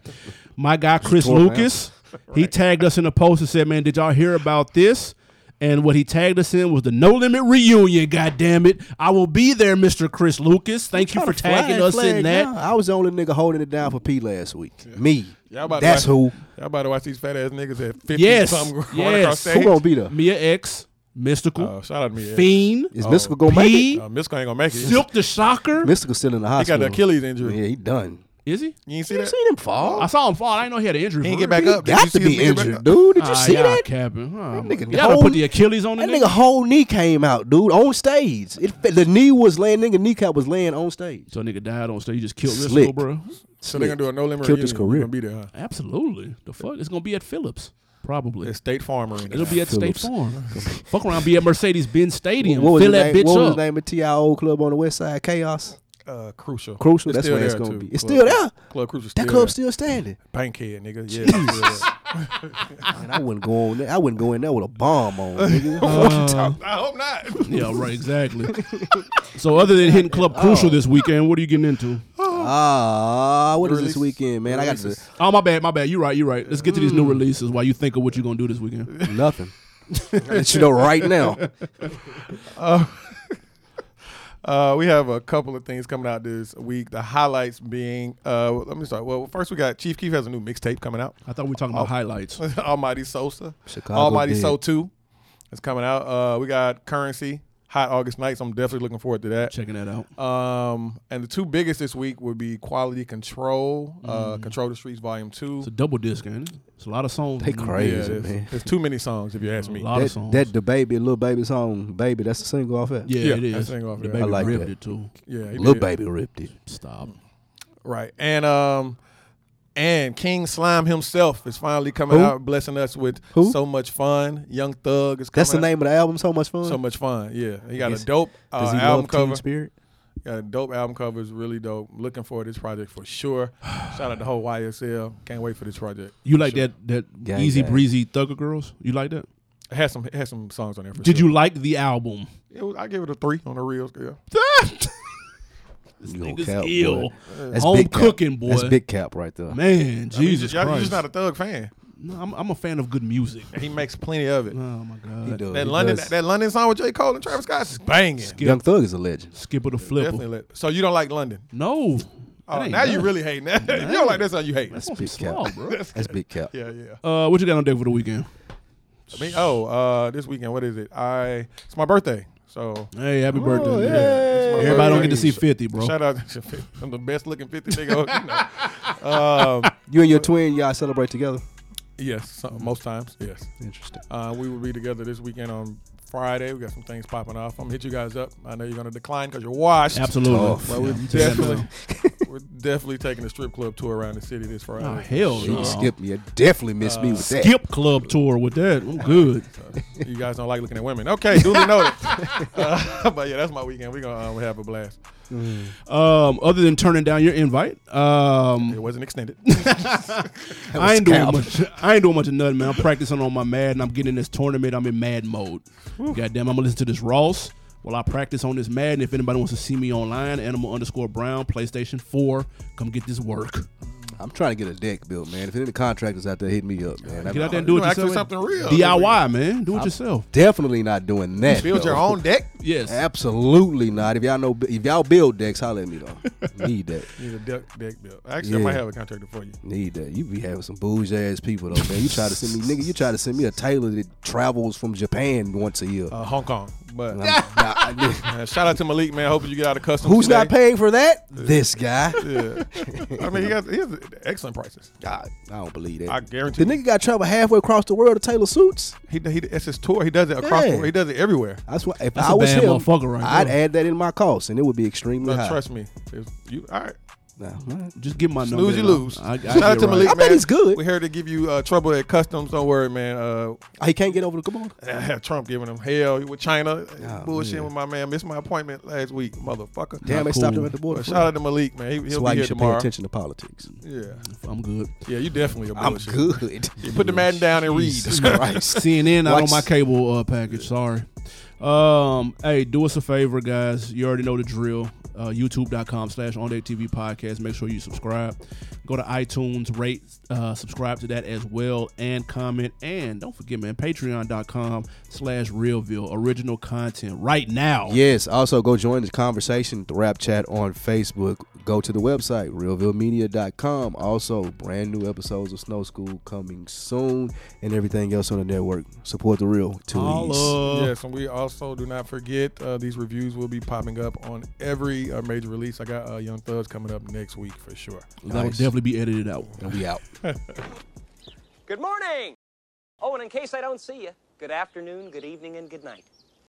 My guy Chris
Rhetorical [LAUGHS]
Lucas. He tagged us in a post and said, "Man, did y'all hear about this?" And what he tagged us in was the No Limit reunion. God damn it! I will be there, Mister Chris Lucas. Thank you for tagging us in that.
I was the only nigga holding it down for P last week. Me.
Y'all about to
That's
watch-
who.
Y'all about to watch these fat ass niggas at 50
Yes,
something [LAUGHS] going
yes.
across
Who
stage.
gonna be there?
Mia X, Mystical,
Oh,
Uh, shout out to me. yeah.
Fiend,
Oh.
Is Mystical gonna make it?
P,
Uh, Miss ain't gonna make it.
Silk the Shocker.
Mystical still in the
he got
hospital.
the Achilles injury.
Yeah, he done.
Is he?
You ain't see
You
that?
seen him fall?
I saw him fall. I didn't know he had an injury.
He
for
ain't
real.
get back
he
up. Did
got to
you see him
be
get back
injured,
up?
dude. Did you
Ah,
see
y'all
that?
Capping. Oh,
That nigga
y'all done
whole-
put the Achilles on the
That nigga whole knee came out, dude, on stage. It, the knee was laying, nigga kneecap was laying on stage.
So nigga died on stage. You just killed
Slick.
Risco, bro.
So they're gonna do a no limit
Killed his
reunion. You
career.
Gonna be there, huh?
Absolutely. The fuck? It's gonna be at Phillips, probably.
It's State Farm Arena.
It'll be at
Phillips.
State Farm. fuck around, be at Mercedes Benz Stadium.
What was,
Fill
the
that
name,
bitch
what was
up.
the name of TIO club on the west side? Chaos.
uh, crucial.
Crucial, that's
still
where it's
there,
gonna
too.
be. It's
Club-
still there.
Club Crucial.
That
still
club's still
there.
standing.
Bankhead, nigga. Yeah. it's
[LAUGHS]
still there.
Uh, Man, I wouldn't go on there. I wouldn't go in there with a bomb on.
[LAUGHS]
Nigga. What you talking-
I hope not.
Yeah, right. Exactly. so other than hitting Club
Oh.
Crucial this weekend, what are you getting into?
Ah, what is this
Release-
weekend, man? I got to,
releases.
Oh my bad, my bad. You right, you right. Let's get to these new releases while you think of what you're gonna do this weekend.
[LAUGHS]
nothing. Let you know right now.
Uh, we have a couple of things coming out this week. The highlights being, uh, let me start. Well, first we got Chief Keef has a new mixtape coming out. [LAUGHS]
I thought we were talking
Oh.
about highlights.
Almighty Sosa,
Chicago
Almighty
did.
So Two, is coming out. Uh, we got Currency, Hot August Nights. I'm definitely looking forward to that.
Checking that out.
Um, and the two biggest this week would be Quality Control,
Mm.
uh, Control the Streets Volume Two.
It's a double disc, ain't it? It's a lot of songs.
They
in there.
crazy,
there's,
man.
there's too many songs if you ask
A
me.
lot of
That,
songs.
that the baby, little baby song, baby. That's the single off that.
yeah,
Yeah,
it
that
is.
thing off
the
there.
baby
I like
ripped
that.
it too.
Yeah, he
Little
did.
baby ripped it.
Stop.
Right. And um and King Slime himself is finally coming
Who?
out, blessing us with
Who?
so much fun. Young Thug is coming
That's the
out.
name of the album. So much fun.
So much fun. Yeah. He got
Is-
a dope uh,
Does he
album
love Teen
cover.
Spirit?
Yeah, dope album cover is really dope. Looking forward to this project
[SIGHS]
for sure. Shout out the whole YSL. Can't wait for this project.
You like
Sure.
that that
Gang
easy
bang.
breezy Thugger Girls? You like that?
It has some it has some songs on there. For
Did
sure.
you like the album? [LAUGHS]
It was, I gave it a three on the real scale.
You gonna
nigga's
cap, boy.
ill.
That's
Home
big cap.
cooking, boy.
That's big cap right there.
Man, Jesus
y'all, you
Christ!
just not a thug fan.
no, I'm, I'm a fan of good
[LAUGHS]
music.
He makes plenty of it.
Oh my God!
He do-
that
he
London
does.
that London song with J Cole and Travis Scott is banging.
Young Thug is a legend.
Skipper the
Definitely.
flipper.
let- So you don't like London?
No.
Oh,
That ain't
now you
nothing.
really hating that. [LAUGHS] you don't like that song. You hate.
That's some
big
slaw,
cap.
bro.
That's big cap.
[LAUGHS] yeah, yeah.
Uh, what you got on deck for the weekend?
Me, oh, uh, this weekend, what is it? I it's my birthday, so
Hey, happy birthday!
Oh, yeah.
Yeah.
my
Everybody don't get to see
birthday.
fifty, bro.
shout out. [LAUGHS] I'm the best looking fifty nigga.
[LAUGHS]
You know. Um,
You and your twin, y'all celebrate together.
Uh-huh. yes, some- most times, yes.
Interesting.
Uh, we will be together this weekend on Friday. We got some things popping off. I'm gonna hit you guys up. I know you're gonna decline because you're washed.
Absolutely.
Tough.
Yeah,
But we're
I'm taking that [LAUGHS]
definitely
down.
we're definitely taking a strip club tour around the city this Friday.
Oh, hell
You
no.
skipped me. You definitely missed me with that.
Skip club tour with that. I'm good.
you guys don't like looking at women. Okay, duly noted. uh, [LAUGHS] but yeah, that's my weekend. We're gonna um, have a blast.
Um, other than turning down your invite, um,
It wasn't extended. [LAUGHS]
I ain't doing
cap.
much. I ain't doing much of nothing, man. I'm practicing on my Madden. I'm getting in this tournament. I'm in Mad mode. Goddamn, I'm gonna listen to this Ross while I practice on this Madden. If anybody wants to see me online, Animal underscore Brown, PlayStation Four, come get this work.
I'm trying to get a deck built, man. If any contractors out there, hit me up, man.
Get out there and
You
do it
know, actually
yourself.
something real.
DIY, man. Do it yourself.
Definitely not doing that.
Build your
though.
own deck.
Yes.
Absolutely not. If y'all know, if y'all build decks, holler at me though. Need that.
Need a deck, deck built. Actually, I
Yeah.
might have a contractor for you.
Need that. You be having some bouge ass people though, man. You try to send me, nigga. You try to send me a tailor that travels from Japan once a year.
Uh, Hong Kong, but
And I'm-
[LAUGHS]
nah, I did-
man, shout out to Malik, man. Hoping you get out of customs.
Who's
today.
not paying for that? This guy.
Yeah. I mean, he got he has excellent prices.
God, I don't believe that.
I guarantee.
the
you.
nigga got to travel halfway across the world to tailor suits.
He, he that's his tour. He does it across.
Yeah.
The, world. he does it everywhere.
That's why. If
That's
I
a
was
bad
him,
motherfucker right
I'd
there.
add that in my cost, and it would be extremely
No,
high.
Uh, trust me. It's- you all right?
Nah, nah.
Just give my number.
Lose you
and I'll-
lose.
I, I
shout out
get
to
right.
Malik,
I
man.
think he's good.
We're here to give you uh, trouble at customs. Don't worry, man. Uh,
Oh, He can't get over the Come on.
Trump giving him hell with China.
Oh,
Bullshit
man.
with my man. Missed my appointment last week, motherfucker.
Damn,
Not
they stopped
cool.
him at the border.
But shout out to Malik, man. He,
That's
he'll
why
be
you
here
should pay
tomorrow.
attention to politics.
Yeah,
I'm good.
yeah. You definitely a
I'm
bullshit. [LAUGHS]
good.
You put the man down and read.
Jesus Christ.
CNN out on
Watch-
my cable uh, package. Sorry. Um, hey, do us a favor, guys. You already know the drill. Uh, YouTube.com slash On Deck TV Podcast. Make sure you subscribe. Go to iTunes, rate, uh, subscribe to that as well, and comment. And don't forget, man, patreon.com slash realville. Original content right now.
Yes. Also, go join the conversation, the rap chat on Facebook. Go to the website, realvillemedia.com. Also, brand new episodes of Snow School coming soon and everything else on the network. Support the real. Two E's.
Holla.
[LAUGHS] Yes, and we also do not forget uh, these reviews will be popping up on every uh, major release. I got uh, Young Thugs coming up next week for sure.
That will
Nice.
definitely be edited out.
And we out.
Good morning. Oh, and in case I don't see you, good afternoon, good evening, and good night.